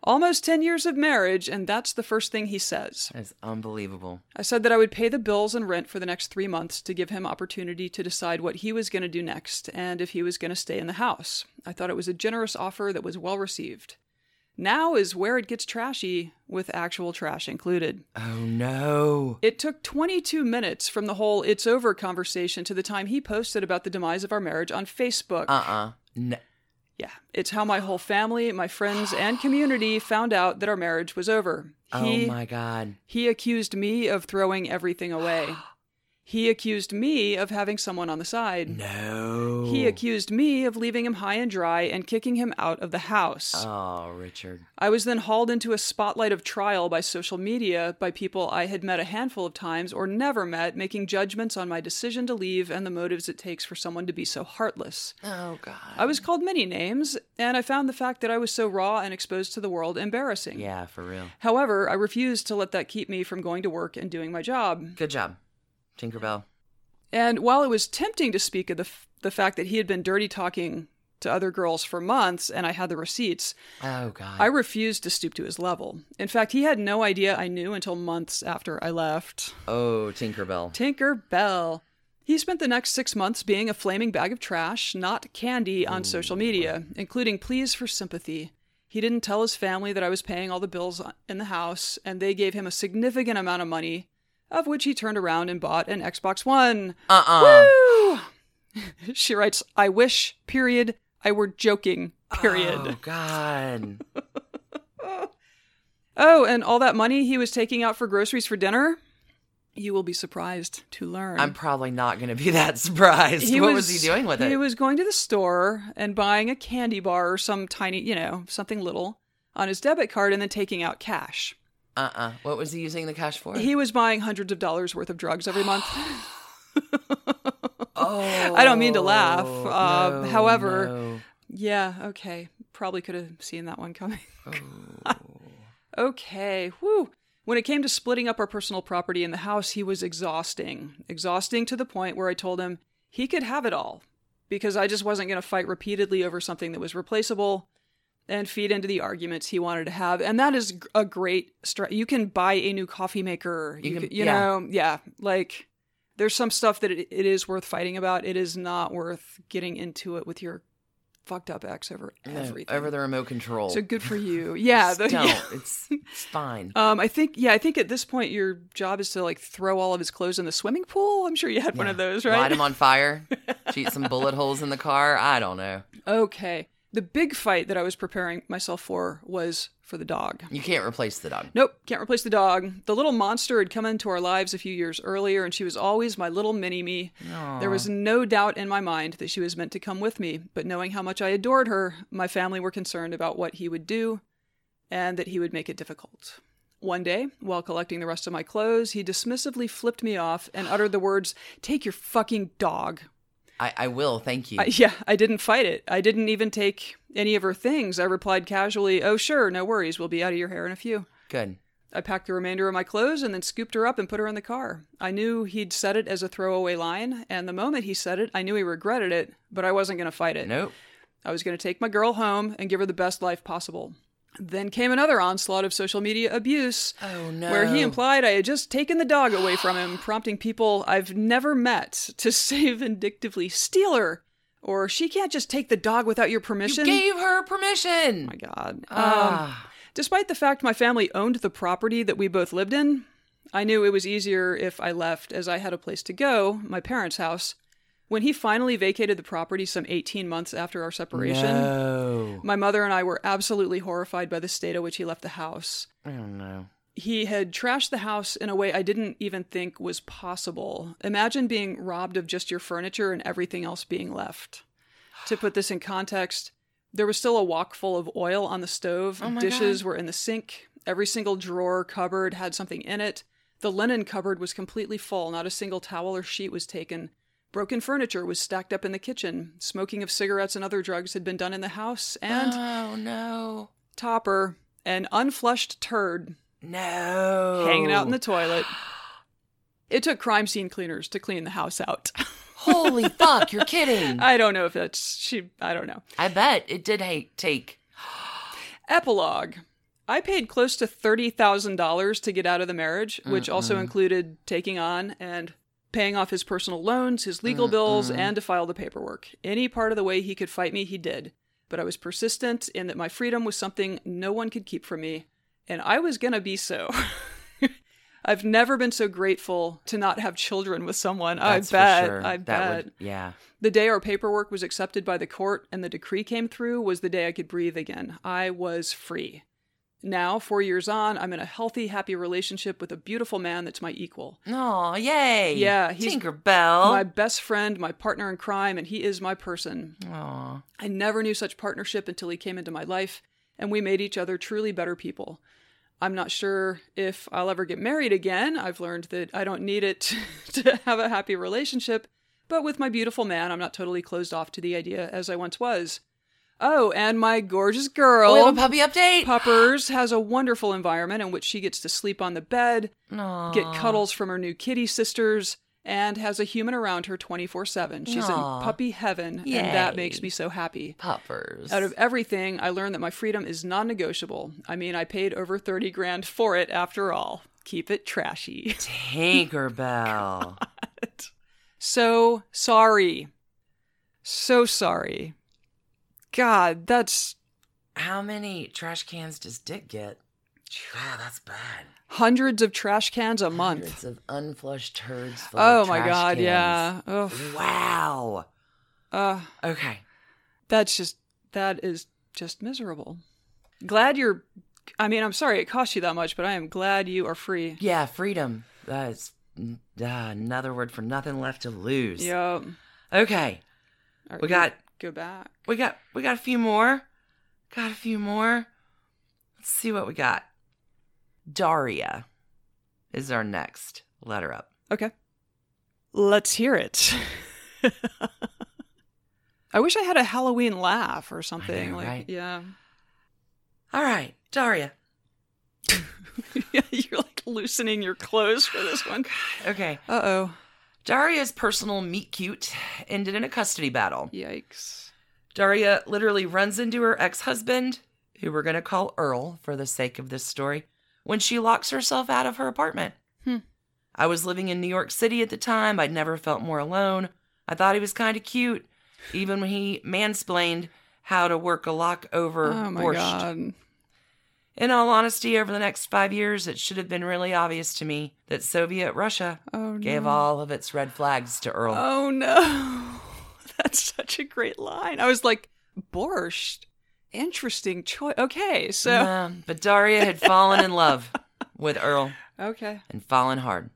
Speaker 2: Almost 10 years of marriage, and that's the first thing he says.
Speaker 1: That's unbelievable.
Speaker 2: I said that I would pay the bills and rent for the next three months to give him opportunity to decide what he was going to do next and if he was going to stay in the house. I thought it was a generous offer that was well received. Now is where it gets trashy, with actual trash included.
Speaker 1: Oh, no.
Speaker 2: It took 22 minutes from the whole it's over conversation to the time he posted about the demise of our marriage on Facebook.
Speaker 1: Uh uh No.
Speaker 2: Yeah, it's how my whole family, my friends, and
Speaker 1: <sighs>
Speaker 2: community found out that our marriage was over. He
Speaker 1: oh, my God.
Speaker 2: he accused me of throwing everything
Speaker 1: <gasps>
Speaker 2: away. He accused me of having someone on the side.
Speaker 1: No.
Speaker 2: He accused me of leaving him high and dry and kicking him out of the house.
Speaker 1: Oh, Richard.
Speaker 2: I was then hauled into a spotlight of trial by social media, by people I had met a handful of times or never met, making judgments on my decision to leave and the motives it takes for someone to be so heartless.
Speaker 1: Oh, God.
Speaker 2: I was called many names, and I found the fact that I was so raw and exposed to the world embarrassing.
Speaker 1: Yeah, for real.
Speaker 2: However, I refused to let that keep me from going to work and doing my job.
Speaker 1: Good job, Tinkerbell.
Speaker 2: And while it was tempting to speak of the, f- the fact that he had been dirty talking to other girls for months and I had the receipts,
Speaker 1: Oh, God.
Speaker 2: I refused to stoop to his level. In fact, he had no idea I knew until months after I left.
Speaker 1: oh, Tinkerbell.
Speaker 2: Tinker Bell. He spent the next six months being a flaming bag of trash, not candy, on social media, including pleas for sympathy. He didn't tell his family that I was paying all the bills in the house, and they gave him a significant amount of money, of which he turned around and bought an Xbox One.
Speaker 1: Uh uh
Speaker 2: Woo! <laughs> she writes, I wish, period, I were joking, period.
Speaker 1: Oh,
Speaker 2: Oh.
Speaker 1: God.
Speaker 2: Oh, and all that money he was taking out for groceries for dinner? You will be surprised to learn.
Speaker 1: I'm probably not going to be that <laughs> surprised. what was, he doing with it?
Speaker 2: He was going to the store and buying a candy bar or some tiny, you know, something little on his debit card and then taking out cash.
Speaker 1: uh uh What was he using the cash for?
Speaker 2: He was buying hundreds of dollars worth of drugs every
Speaker 1: <gasps>
Speaker 2: month. <laughs>
Speaker 1: oh,
Speaker 2: I don't mean to laugh, uh,
Speaker 1: no,
Speaker 2: however-
Speaker 1: no.
Speaker 2: Yeah, okay. Probably could have seen that one coming. <laughs>
Speaker 1: Oh.
Speaker 2: okay, whew. When it came to splitting up our personal property in the house, he was exhausting. Exhausting to the point where I told him he could have it all because I just wasn't going to fight repeatedly over something that was replaceable and feed into the arguments he wanted to have. And that is g- a great str You can buy a new coffee maker.
Speaker 1: You
Speaker 2: You,
Speaker 1: can-
Speaker 2: c- you
Speaker 1: yeah.
Speaker 2: know, yeah, like there's some stuff that it, it is worth fighting about. It is not worth getting into it with your fucked up ex over
Speaker 1: No,
Speaker 2: everything.
Speaker 1: over the remote control.
Speaker 2: so good for
Speaker 1: <laughs>
Speaker 2: you. Yeah,
Speaker 1: Just
Speaker 2: the-
Speaker 1: don't.
Speaker 2: yeah. <laughs>
Speaker 1: It's, it's fine.
Speaker 2: Um, I think yeah, I think at this point your job is to like throw all of his clothes in the swimming pool. I'm sure you had one of those, right?
Speaker 1: Light them
Speaker 2: <laughs>
Speaker 1: on fire. Shoot some bullet holes in the car. I don't know.
Speaker 2: okay. The big fight that I was preparing myself for was for the dog.
Speaker 1: You can't replace the dog.
Speaker 2: Nope, can't replace the dog. The little monster had come into our lives a few years earlier, and she was always my little mini me. There was no doubt in my mind that she was meant to come with me, but knowing how much I adored her, my family were concerned about what he would do and that he would make it difficult. One day, while collecting the rest of my clothes, he dismissively flipped me off and uttered the words, Take your fucking dog.
Speaker 1: I, I will. Thank you.
Speaker 2: I, <laughs> yeah, I didn't fight it. I didn't even take any of her things. I replied casually, Oh, sure, no worries. We'll be out of your hair in a few.
Speaker 1: Good.
Speaker 2: I packed the remainder of my clothes and then scooped her up and put her in the car. I knew he'd said it as a throwaway line, and the moment he said it, I knew he regretted it, but I wasn't going to fight it.
Speaker 1: Nope.
Speaker 2: I was going to take my girl home and give her the best life possible. Then came another onslaught of social media abuse,
Speaker 1: Oh no.
Speaker 2: where he implied I had just taken the dog away from him, prompting people I've never met to <laughs> say vindictively, steal her, or she can't just take the dog without your
Speaker 1: you
Speaker 2: permission.
Speaker 1: gave her permission.
Speaker 2: my God. Um,
Speaker 1: Ah.
Speaker 2: Despite the fact my family owned the property that we both lived in, I knew it was easier if I left as I had a place to go, my parents' house. When he finally vacated the property some 18 months after our separation,
Speaker 1: no.
Speaker 2: my mother and I were absolutely horrified by the state at which he left the house.
Speaker 1: I don't know.
Speaker 2: He had trashed the house in a way I didn't even think was possible. Imagine being robbed of just your furniture and everything else being left. To put this in context, there was still a wok full of oil on the stove.
Speaker 1: Oh my
Speaker 2: Dishes
Speaker 1: God.
Speaker 2: were in the sink. Every single drawer, cupboard had something in it. The linen cupboard was completely full. Not a single towel or sheet was taken. Broken furniture was stacked up in the kitchen. Smoking of cigarettes and other drugs had been done in the house. And
Speaker 1: oh no.
Speaker 2: topper, an unflushed turd
Speaker 1: No.
Speaker 2: hanging out in the <laughs> toilet. It took crime scene cleaners to clean the house out.
Speaker 1: Holy fuck! You're kidding.
Speaker 2: <laughs>
Speaker 1: I,
Speaker 2: I don't know if that's she. I don't know.
Speaker 1: bet it did ha- take.
Speaker 2: Epilogue. I paid close to thirty thousand dollars to get out of the marriage, which also
Speaker 1: Mm-hmm.
Speaker 2: included taking on and paying off his personal loans, his legal bills,
Speaker 1: Mm-hmm.
Speaker 2: and to file the paperwork. Any part of the way he could fight me, he did. But I was persistent in that my freedom was something no one could keep from me, and I was gonna be so. <laughs> I've never been so grateful to not have children with someone.
Speaker 1: That's
Speaker 2: I bet.
Speaker 1: For sure.
Speaker 2: I
Speaker 1: that
Speaker 2: bet.
Speaker 1: Would, yeah.
Speaker 2: The day our paperwork was accepted by the court and the decree came through was the day I could breathe again. I was free. Now, four years on, I'm in a healthy, happy relationship with a beautiful man that's my equal.
Speaker 1: Oh yay.
Speaker 2: Yeah, he's
Speaker 1: Tinkerbell.
Speaker 2: my best friend, my partner in crime, and he is my person.
Speaker 1: Aw.
Speaker 2: I never knew such partnership until he came into my life, and we made each other truly better people. I'm not sure if I'll ever get married again. I've learned that I don't need it <laughs> to have a happy relationship, but with my beautiful man, I'm not totally closed off to the idea as I once was. Oh, and my gorgeous girl,
Speaker 1: Oh, we have a puppy update.
Speaker 2: Puppers, has a wonderful environment in which she gets to sleep on the bed,
Speaker 1: Aw.
Speaker 2: get cuddles from her new kitty sisters, and has a human around her 24 7. She's
Speaker 1: Aw.
Speaker 2: in puppy heaven, and that
Speaker 1: Yay.
Speaker 2: makes me so happy.
Speaker 1: Puppers.
Speaker 2: Out of everything, I learned that my freedom is non negotiable. I mean, I paid over 30 grand for it after all. Keep it trashy. <laughs>
Speaker 1: Tinkerbell.
Speaker 2: so sorry. So sorry. God, that's
Speaker 1: How many trash cans does Dick get? Wow, that's bad.
Speaker 2: hundreds of trash cans a month.
Speaker 1: Hundreds of unflushed turds. full
Speaker 2: Oh
Speaker 1: of
Speaker 2: my
Speaker 1: trash
Speaker 2: God,
Speaker 1: cans.
Speaker 2: yeah. Ugh.
Speaker 1: Wow.
Speaker 2: Uh,
Speaker 1: Okay.
Speaker 2: that's just, that is just miserable. Glad you're, I mean, I'm sorry it cost you that much, but I am glad you are free.
Speaker 1: Yeah, freedom. That's uh, another word for nothing left to lose.
Speaker 2: Yeah.
Speaker 1: Okay.
Speaker 2: All right,
Speaker 1: We got-
Speaker 2: go back.
Speaker 1: We got we got a few more. Got a few more. Let's see what we got. Daria is our next letter up.
Speaker 2: Okay. Let's hear it. <laughs> I wish I had a Halloween laugh or something.
Speaker 1: know,
Speaker 2: like
Speaker 1: right?
Speaker 2: yeah. <laughs>
Speaker 1: All right, Daria.
Speaker 2: yeah, you're like loosening your clothes for this one.
Speaker 1: Okay.
Speaker 2: Uh oh.
Speaker 1: Daria's personal meet cute ended in a custody battle.
Speaker 2: Yikes.
Speaker 1: Daria literally runs into her ex husband, who we're going to call Earl for the sake of this story, when she locks herself out of her apartment.
Speaker 2: Hmm.
Speaker 1: I was living in New York City at the time. I'd never felt more alone. I thought he was kind of cute, even when he mansplained how to work a lock over
Speaker 2: Oh my
Speaker 1: borscht.
Speaker 2: god.
Speaker 1: In all honesty, over the next five years, it should have been really obvious to me that Soviet Russia
Speaker 2: Oh,
Speaker 1: gave all of its red flags to Earl.
Speaker 2: Oh no. <laughs> That's such a great line. I was like, borscht. Interesting choice. Okay, so
Speaker 1: Nah, but Daria had fallen in love with Earl
Speaker 2: okay.
Speaker 1: and fallen hard.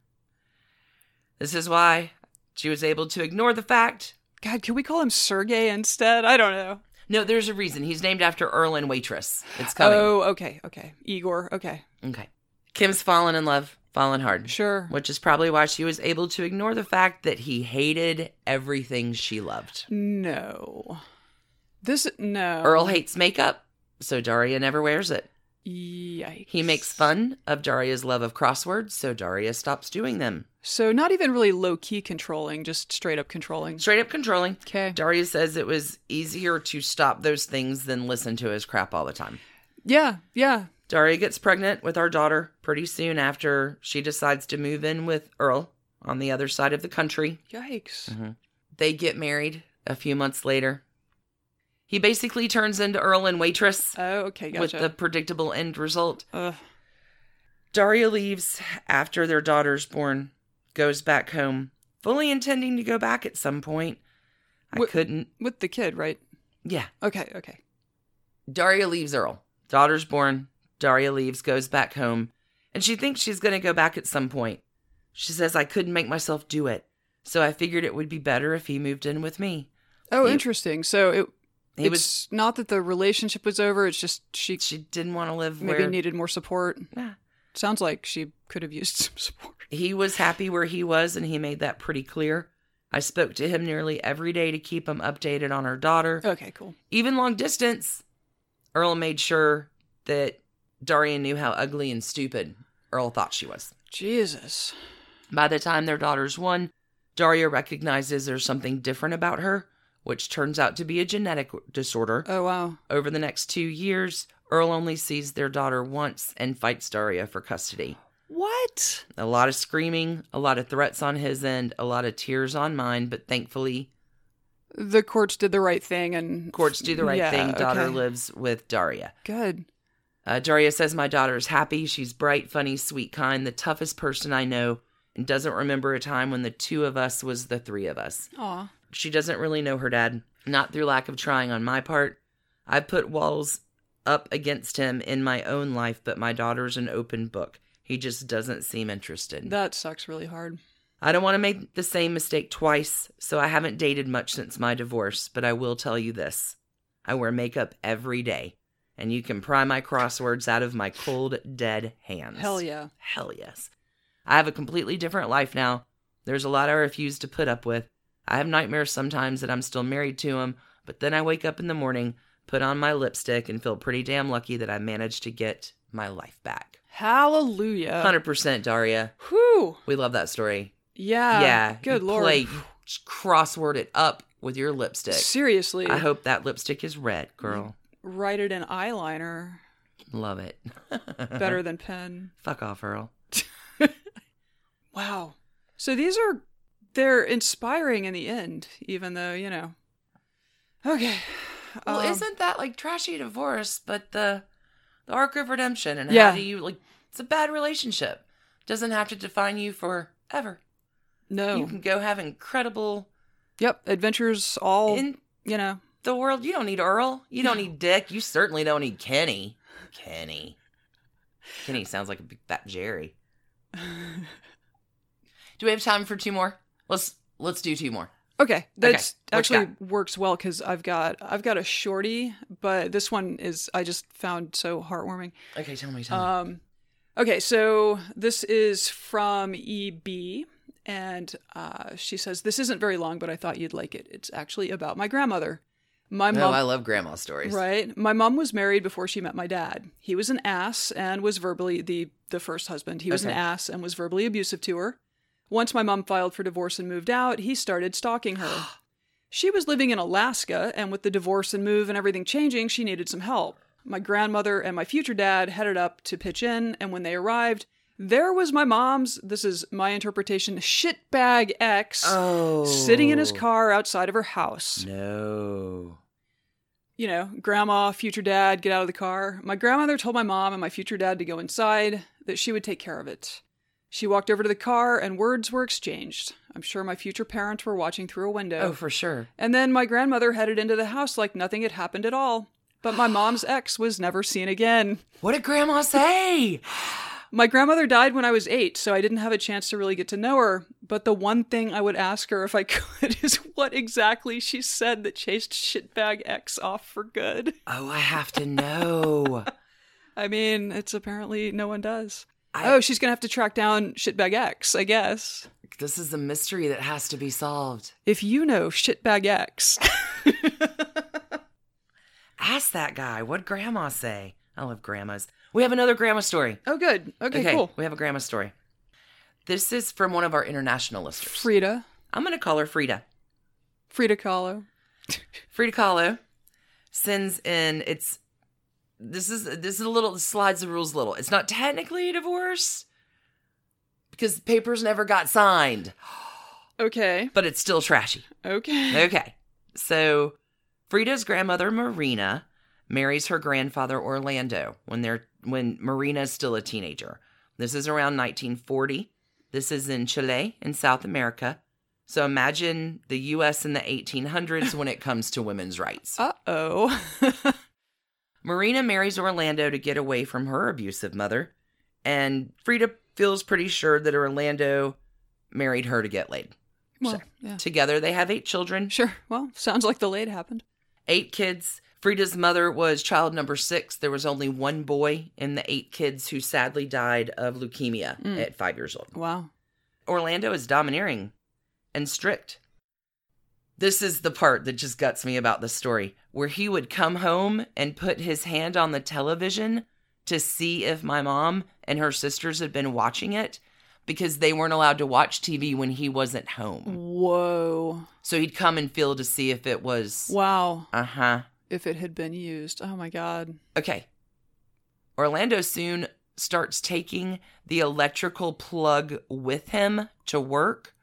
Speaker 1: This is why she was able to ignore the fact.
Speaker 2: God, can we call him Sergey instead? I don't know.
Speaker 1: No, there's a reason. He's named after Earl and Waitress. It's coming.
Speaker 2: Oh, okay, okay. Igor, okay.
Speaker 1: Okay. Kim's fallen in love, fallen hard.
Speaker 2: Sure.
Speaker 1: Which is probably why she was able to ignore the fact that he hated everything she loved.
Speaker 2: No. This no.
Speaker 1: Earl hates makeup, so Daria never wears it.
Speaker 2: Yikes.
Speaker 1: He makes fun of Daria's love of crosswords, so Daria stops doing them.
Speaker 2: So not even really low key controlling, just straight up controlling.
Speaker 1: Straight up controlling.
Speaker 2: Okay.
Speaker 1: Daria says it was easier to stop those things than listen to his crap all the time.
Speaker 2: Yeah, yeah.
Speaker 1: Daria gets pregnant with our daughter pretty soon after she decides to move in with Earl on the other side of the country.
Speaker 2: Yikes.
Speaker 1: Mm. They get married a few months later. He basically turns into Earl and Waitress
Speaker 2: Oh, okay,
Speaker 1: with
Speaker 2: gotcha.
Speaker 1: the predictable end result.
Speaker 2: Ugh.
Speaker 1: Daria leaves after their daughter's born, goes back home, fully intending to go back at some point. I
Speaker 2: Wh-
Speaker 1: couldn't.
Speaker 2: with the kid, right?
Speaker 1: Yeah.
Speaker 2: Okay, okay.
Speaker 1: Daria leaves Earl. Daughter's born. Daria leaves, goes back home, and she thinks she's going to go back at some point. She says, I couldn't make myself do it, so I figured it would be better if he moved in with me.
Speaker 2: Oh,
Speaker 1: He-
Speaker 2: interesting. So it
Speaker 1: He
Speaker 2: it's
Speaker 1: was.
Speaker 2: not that the relationship was over, it's just she
Speaker 1: She didn't want to live
Speaker 2: maybe
Speaker 1: where
Speaker 2: needed more support.
Speaker 1: Yeah.
Speaker 2: Sounds like she could have used <laughs> some support.
Speaker 1: he was happy where he was, and he made that pretty clear. I spoke to him nearly every day to keep him updated on her daughter.
Speaker 2: Okay, cool.
Speaker 1: Even long distance, Earl made sure that Daria knew how ugly and stupid Earl thought she was.
Speaker 2: Jesus.
Speaker 1: By the time their daughter's one, Daria recognizes there's something different about her, which turns out to be a genetic disorder.
Speaker 2: Oh wow.
Speaker 1: Over the next two years, Earl only sees their daughter once and fights Daria for custody.
Speaker 2: What?
Speaker 1: A lot of screaming, a lot of threats on his end, a lot of tears on mine, but thankfully,
Speaker 2: The courts did the right thing and
Speaker 1: courts do the right
Speaker 2: Yeah,
Speaker 1: thing. Daughter
Speaker 2: okay.
Speaker 1: lives with Daria.
Speaker 2: Good.
Speaker 1: Uh, Daria says, My daughter's happy. She's bright, funny, sweet, kind, the toughest person I know, and doesn't remember a time when the two of us was the three of us.
Speaker 2: Aw.
Speaker 1: She doesn't really know her dad, not through lack of trying on my part. I put walls up against him in my own life, but my daughter's an open book. He just doesn't seem interested.
Speaker 2: That sucks really hard.
Speaker 1: I don't want to make the same mistake twice, so I haven't dated much since my divorce, but I will tell you this I wear makeup every day, and you can pry my crosswords out of my cold, dead hands.
Speaker 2: Hell yeah.
Speaker 1: Hell yes. I have a completely different life now. There's a lot I refuse to put up with. I have nightmares sometimes that I'm still married to him, but then I wake up in the morning, put on my lipstick, and feel pretty damn lucky that I managed to get my life back.
Speaker 2: Hallelujah.
Speaker 1: 100% Daria.
Speaker 2: Whew.
Speaker 1: We love that story.
Speaker 2: Yeah.
Speaker 1: yeah.
Speaker 2: Ah, Good
Speaker 1: you
Speaker 2: lord.
Speaker 1: Play, you crossword it up with your lipstick.
Speaker 2: Seriously.
Speaker 1: I hope that lipstick is red,
Speaker 2: Mm.
Speaker 1: girl.
Speaker 2: Write it in eyeliner.
Speaker 1: Love it. <laughs> Uh-huh.
Speaker 2: Better than pen.
Speaker 1: Fuck off, Earl.
Speaker 2: <laughs> Wow. So these are they're inspiring in the end, even though, you know. Okay.
Speaker 1: Well,
Speaker 2: Um,
Speaker 1: isn't that like trashy divorce, but the the arc of redemption and
Speaker 2: Yeah.
Speaker 1: how do you like it's a bad relationship. Doesn't have to define you forever. You
Speaker 2: no.
Speaker 1: can go have incredible
Speaker 2: Yep. Adventures all
Speaker 1: in
Speaker 2: you know.
Speaker 1: the world. You don't need Earl. You don't need Dick. You certainly don't need Kenny. Kenny. Kenny sounds like a big fat
Speaker 2: <laughs>
Speaker 1: Jerry. do we have time for two more? Let's let's do two more.
Speaker 2: Okay, that's
Speaker 1: what you
Speaker 2: actually works well because I've got I've got a shorty, but this one is I just found so heartwarming.
Speaker 1: Okay, tell me, tell me.
Speaker 2: Um, okay, so this is from EB, and uh, she says this isn't very long, but I thought you'd like it. It's actually about my grandmother. My
Speaker 1: no,
Speaker 2: mom,
Speaker 1: Oh, I love grandma stories.
Speaker 2: Right. My mom was married before she met my dad. He was an ass and was verbally the the first husband. He was an
Speaker 1: Okay.
Speaker 2: ass and was verbally abusive to her. Once my mom filed for divorce and moved out, he started stalking her.
Speaker 1: <gasps>
Speaker 2: she was living in Alaska and with the divorce and move and everything changing, she needed some help. My grandmother and my future dad headed up to pitch in and when they arrived, there was my mom's, this is my interpretation, shitbag ex
Speaker 1: Oh,
Speaker 2: sitting in his car outside of her house.
Speaker 1: No.
Speaker 2: you know, grandma, future dad, get out of the car. My grandmother told my mom and my future dad to go inside, that she would take care of it. She walked over to the car and words were exchanged. I'm sure my future parents were watching through a window.
Speaker 1: Oh, for sure.
Speaker 2: And then my grandmother headed into the house like nothing had happened at all. But my mom's ex was never seen again.
Speaker 1: What did grandma say?
Speaker 2: My grandmother died when I was eight, so I didn't have a chance to really get to know her. But the one thing I would ask her if I <laughs> could is what exactly she said that chased shitbag ex off for good.
Speaker 1: oh, I have to know. <laughs>
Speaker 2: I mean, it's apparently no one does.
Speaker 1: I-
Speaker 2: oh, she's gonna have to track down shitbag X, I guess.
Speaker 1: this is a mystery that has to be solved.
Speaker 2: If you know shitbag X,
Speaker 1: Ask that guy. What would grandma say? I love grandmas. We have another grandma story.
Speaker 2: oh, good. Okay, cool.
Speaker 1: We have a grandma story. This is from one of our international listeners.
Speaker 2: Frida,
Speaker 1: I'm going to call her Frida.
Speaker 2: Frida Kahlo.
Speaker 1: Frida Kahlo sends in it's this is this is a little slides the rules a little. It's not technically a divorce because papers never got signed,
Speaker 2: Okay,
Speaker 1: but it's still trashy.
Speaker 2: okay.
Speaker 1: Okay. So Frida's grandmother Marina marries her grandfather Orlando when they're when Marina is still a teenager. This is around 1940. This is in Chile in South America. So imagine the US in the 1800s when it comes to women's rights.
Speaker 2: Uh oh.
Speaker 1: Marina marries Orlando to get away from her abusive mother, and Frida feels pretty sure that Orlando married her to get laid.
Speaker 2: <laughs> well, yeah.
Speaker 1: Together they have eight children,
Speaker 2: Sure. Well, sounds like the late happened.
Speaker 1: eight kids. Frida's mother was child number six. There was only one boy in the eight kids who sadly died of leukemia at five years old.
Speaker 2: Wow.
Speaker 1: Orlando is domineering and strict. This is the part that just guts me about this story where he would come home and put his hand on the television to see if my mom and her sisters had been watching it because they weren't allowed to watch TV when he wasn't
Speaker 2: Mm.
Speaker 1: home.
Speaker 2: Whoa.
Speaker 1: So he'd come and feel to see if it was.
Speaker 2: Wow.
Speaker 1: Uh huh.
Speaker 2: If it had been used. Oh my god.
Speaker 1: Okay. Orlando soon starts taking the electrical plug with him to work.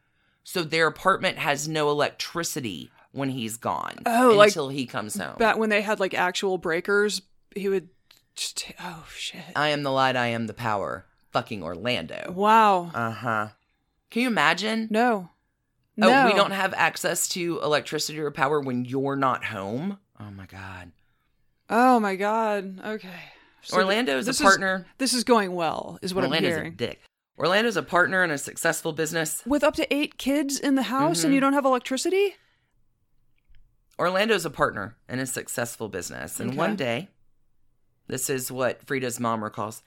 Speaker 1: So their apartment has no electricity when he's gone
Speaker 2: Oh, like
Speaker 1: until he comes home.
Speaker 2: Back when they had like actual breakers, he would just ta- oh shit.
Speaker 1: I am the light, I am the power. Fucking Orlando.
Speaker 2: Wow.
Speaker 1: Uh huh. Can you imagine?
Speaker 2: No.
Speaker 1: Oh,
Speaker 2: no.
Speaker 1: we don't have access to electricity or power when you're not home? Oh my God.
Speaker 2: Oh my god. Okay.
Speaker 1: Orlando is a
Speaker 2: this
Speaker 1: partner.
Speaker 2: this is going well, is what
Speaker 1: Orlando's
Speaker 2: I'm
Speaker 1: a
Speaker 2: hearing.
Speaker 1: dick. Orlando's a partner in a successful business.
Speaker 2: With up to eight kids in the house and you
Speaker 1: Mm-hmm.
Speaker 2: don't have electricity?
Speaker 1: Orlando's a partner in a successful business. And
Speaker 2: Okay.
Speaker 1: one day, this is what Frida's mom recalls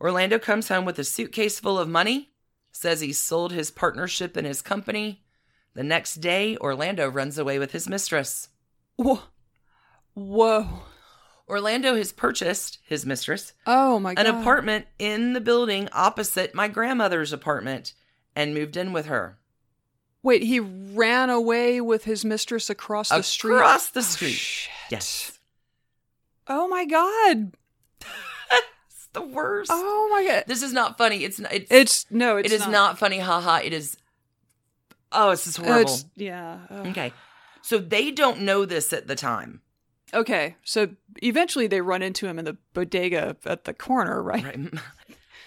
Speaker 1: Orlando comes home with a suitcase full of money, says he sold his partnership in his company. The next day, Orlando runs away with his mistress.
Speaker 2: Whoa. Whoa.
Speaker 1: Orlando has purchased his mistress
Speaker 2: Oh my god.
Speaker 1: an apartment in the building opposite my grandmother's apartment and moved in with her.
Speaker 2: Wait, he ran away with his mistress across the street.
Speaker 1: Across the
Speaker 2: Oh,
Speaker 1: street.
Speaker 2: shit.
Speaker 1: Yes.
Speaker 2: Oh my god.
Speaker 1: It's the worst.
Speaker 2: Oh my god.
Speaker 1: This is not funny. It's not, it's
Speaker 2: It's no, it's
Speaker 1: It's not. funny, haha. It is. Oh, this is horrible.
Speaker 2: It's, yeah. Oh. ugh.
Speaker 1: okay. So they don't know this at the time.
Speaker 2: Okay. So eventually they run into him in the bodega at the corner, right?
Speaker 1: Right. <laughs>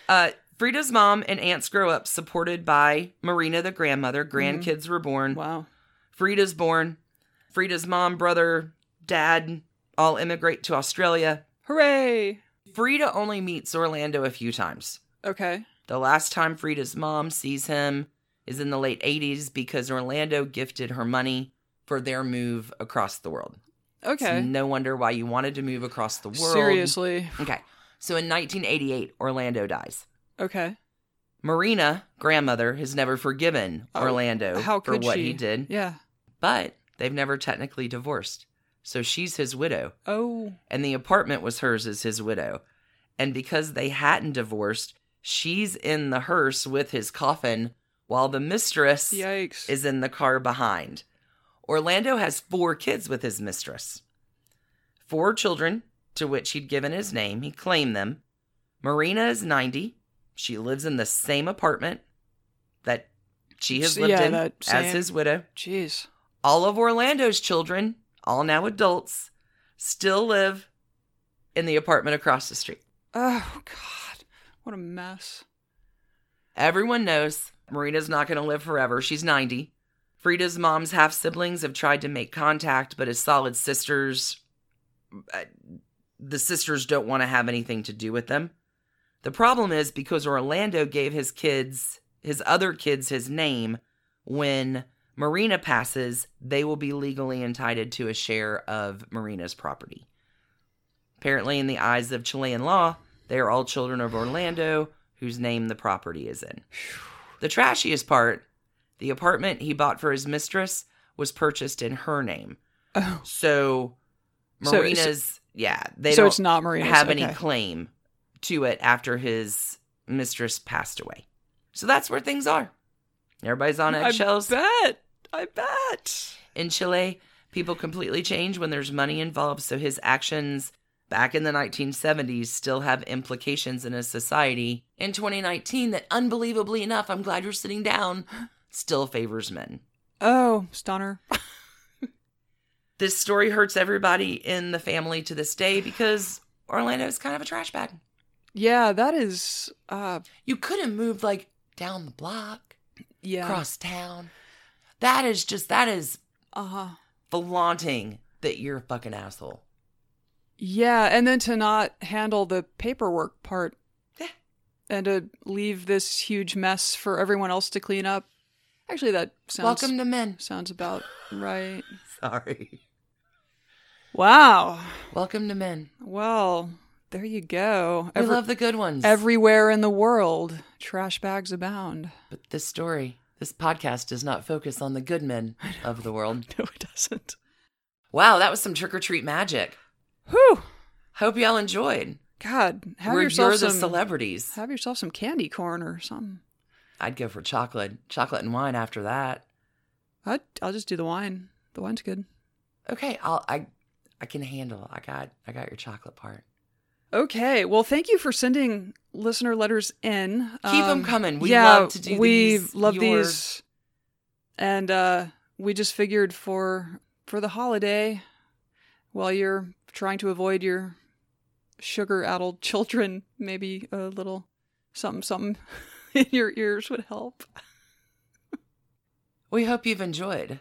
Speaker 1: Uh, Frida's mom and aunts grow up supported by Marina, the grandmother. Grandkids were born.
Speaker 2: Wow.
Speaker 1: Frida's born. Frida's mom, brother, dad all immigrate to Australia.
Speaker 2: Hooray.
Speaker 1: Frida only meets Orlando a few times.
Speaker 2: Okay.
Speaker 1: The last time Frida's mom sees him is in the late 80s because Orlando gifted her money for their move across the world.
Speaker 2: Okay.
Speaker 1: It's no wonder why you wanted to move across the world.
Speaker 2: Seriously.
Speaker 1: Okay. So in 1988, Orlando dies.
Speaker 2: Okay.
Speaker 1: Marina, grandmother, has never forgiven
Speaker 2: Oh,
Speaker 1: Orlando
Speaker 2: How
Speaker 1: for
Speaker 2: could
Speaker 1: what
Speaker 2: she?
Speaker 1: he did,
Speaker 2: Yeah.
Speaker 1: but they've never technically divorced. So she's his widow,
Speaker 2: Oh.
Speaker 1: and the apartment was hers as his widow. And because they hadn't divorced, she's in the hearse with his coffin while the mistress
Speaker 2: Yikes.
Speaker 1: is in the car behind. Orlando has four kids with his mistress. Four children to which he'd given his name. He claimed them. Marina is 90. She lives in the same apartment that she has
Speaker 2: So,
Speaker 1: lived
Speaker 2: yeah,
Speaker 1: in
Speaker 2: that
Speaker 1: as
Speaker 2: same-
Speaker 1: his widow.
Speaker 2: Jeez.
Speaker 1: All of Orlando's children, all now adults, still live in the apartment across the street.
Speaker 2: Oh, God. What a mess.
Speaker 1: Everyone knows Marina's not going to live forever. She's 90. Frida's mom's half siblings have tried to make contact, but as solid sisters, uh, the sisters don't want to have anything to do with them. The problem is because Orlando gave his kids, his other kids, his name, when Marina passes, they will be legally entitled to a share of Marina's property. Apparently, in the eyes of Chilean law, they are all children of Orlando, whose name the property is in. The trashiest part the apartment he bought for his mistress was purchased in her name.
Speaker 2: Oh.
Speaker 1: So,
Speaker 2: So
Speaker 1: Marina's,
Speaker 2: it's-
Speaker 1: yeah, they
Speaker 2: so
Speaker 1: don't
Speaker 2: it's not Marina's.
Speaker 1: have
Speaker 2: okay.
Speaker 1: any claim to it after his mistress passed away. So that's where things are. Everybody's on eggshells.
Speaker 2: I bet. I bet.
Speaker 1: In Chile, people completely change when there's money involved, so his actions back in the 1970s still have implications in a society in 2019 that, unbelievably enough, I'm glad you're sitting down, still favors men.
Speaker 2: Oh, stunner.
Speaker 1: This story hurts everybody in the family to this day because Orlando's kind of a trash bag.
Speaker 2: Yeah, that is. Uh,
Speaker 1: You could have moved like down the block,
Speaker 2: yeah.
Speaker 1: across town. That is just, that is
Speaker 2: Uh huh.
Speaker 1: flaunting that you're a fucking asshole.
Speaker 2: Yeah, and then to not handle the paperwork part.
Speaker 1: Yeah.
Speaker 2: And to leave this huge mess for everyone else to clean up. Actually, that sounds
Speaker 1: Welcome
Speaker 2: <laughs>
Speaker 1: to men.
Speaker 2: sounds about right.
Speaker 1: Sorry.
Speaker 2: Wow.
Speaker 1: Welcome to men.
Speaker 2: Well, there you go.
Speaker 1: We
Speaker 2: Every-
Speaker 1: love the good ones.
Speaker 2: everywhere in the world, trash bags
Speaker 1: <laughs>
Speaker 2: abound.
Speaker 1: but this story, this podcast does not focus on the good men of the world.
Speaker 2: No, it doesn't.
Speaker 1: Wow, that was some trick or treat magic.
Speaker 2: Whew.
Speaker 1: Hope y'all enjoyed.
Speaker 2: God, have
Speaker 1: We're
Speaker 2: yourself
Speaker 1: you're the
Speaker 2: some
Speaker 1: celebrities.
Speaker 2: have yourself some candy corn or something.
Speaker 1: I'd go for chocolate, chocolate and wine after that.
Speaker 2: I I'll just do the wine. The wine's good.
Speaker 1: Okay, I'll I I can handle. I got I got your chocolate part.
Speaker 2: Okay. Well, thank you for sending listener letters in. Um,
Speaker 1: Keep 'em coming. We love to do
Speaker 2: we
Speaker 1: these.
Speaker 2: love
Speaker 1: Your-
Speaker 2: these. And uh, we just figured for for the holiday, while you're trying to avoid your sugar-addled children, maybe a little something something <laughs> in your ears would help.
Speaker 1: We hope you've enjoyed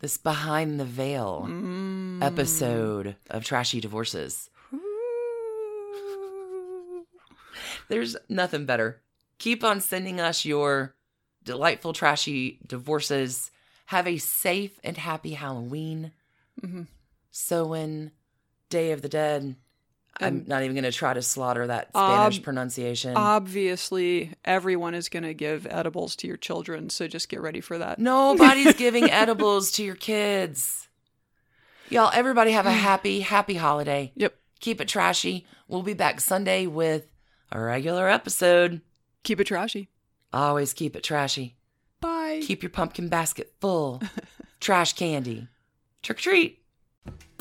Speaker 1: this behind the veil
Speaker 2: Mm.
Speaker 1: episode of Trashy Divorces. There's nothing better. Keep on sending us your delightful, trashy divorces. Have a safe and happy Halloween.
Speaker 2: Mhm.
Speaker 1: So in Day of the Dead, I'm
Speaker 2: And Um,
Speaker 1: not even going to try to slaughter that
Speaker 2: Ob-
Speaker 1: Spanish pronunciation.
Speaker 2: Obviously, everyone is going to give edibles to your children, so just get ready for that.
Speaker 1: Nobody's giving edibles to your kids. Y'all, everybody have a happy, happy holiday.
Speaker 2: Yep.
Speaker 1: Keep it trashy. We'll be back Sunday with a regular episode.
Speaker 2: Keep it trashy.
Speaker 1: Always keep it trashy.
Speaker 2: Bye.
Speaker 1: Keep your pumpkin basket full. Trash candy. Trick or treat.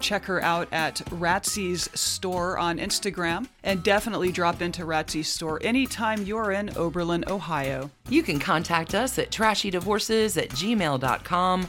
Speaker 2: Check her out at Ratsy's store on Instagram. And definitely drop into Ratsy's store anytime you're in Oberlin, Ohio.
Speaker 1: You can contact us at trashydivorces at gmail.com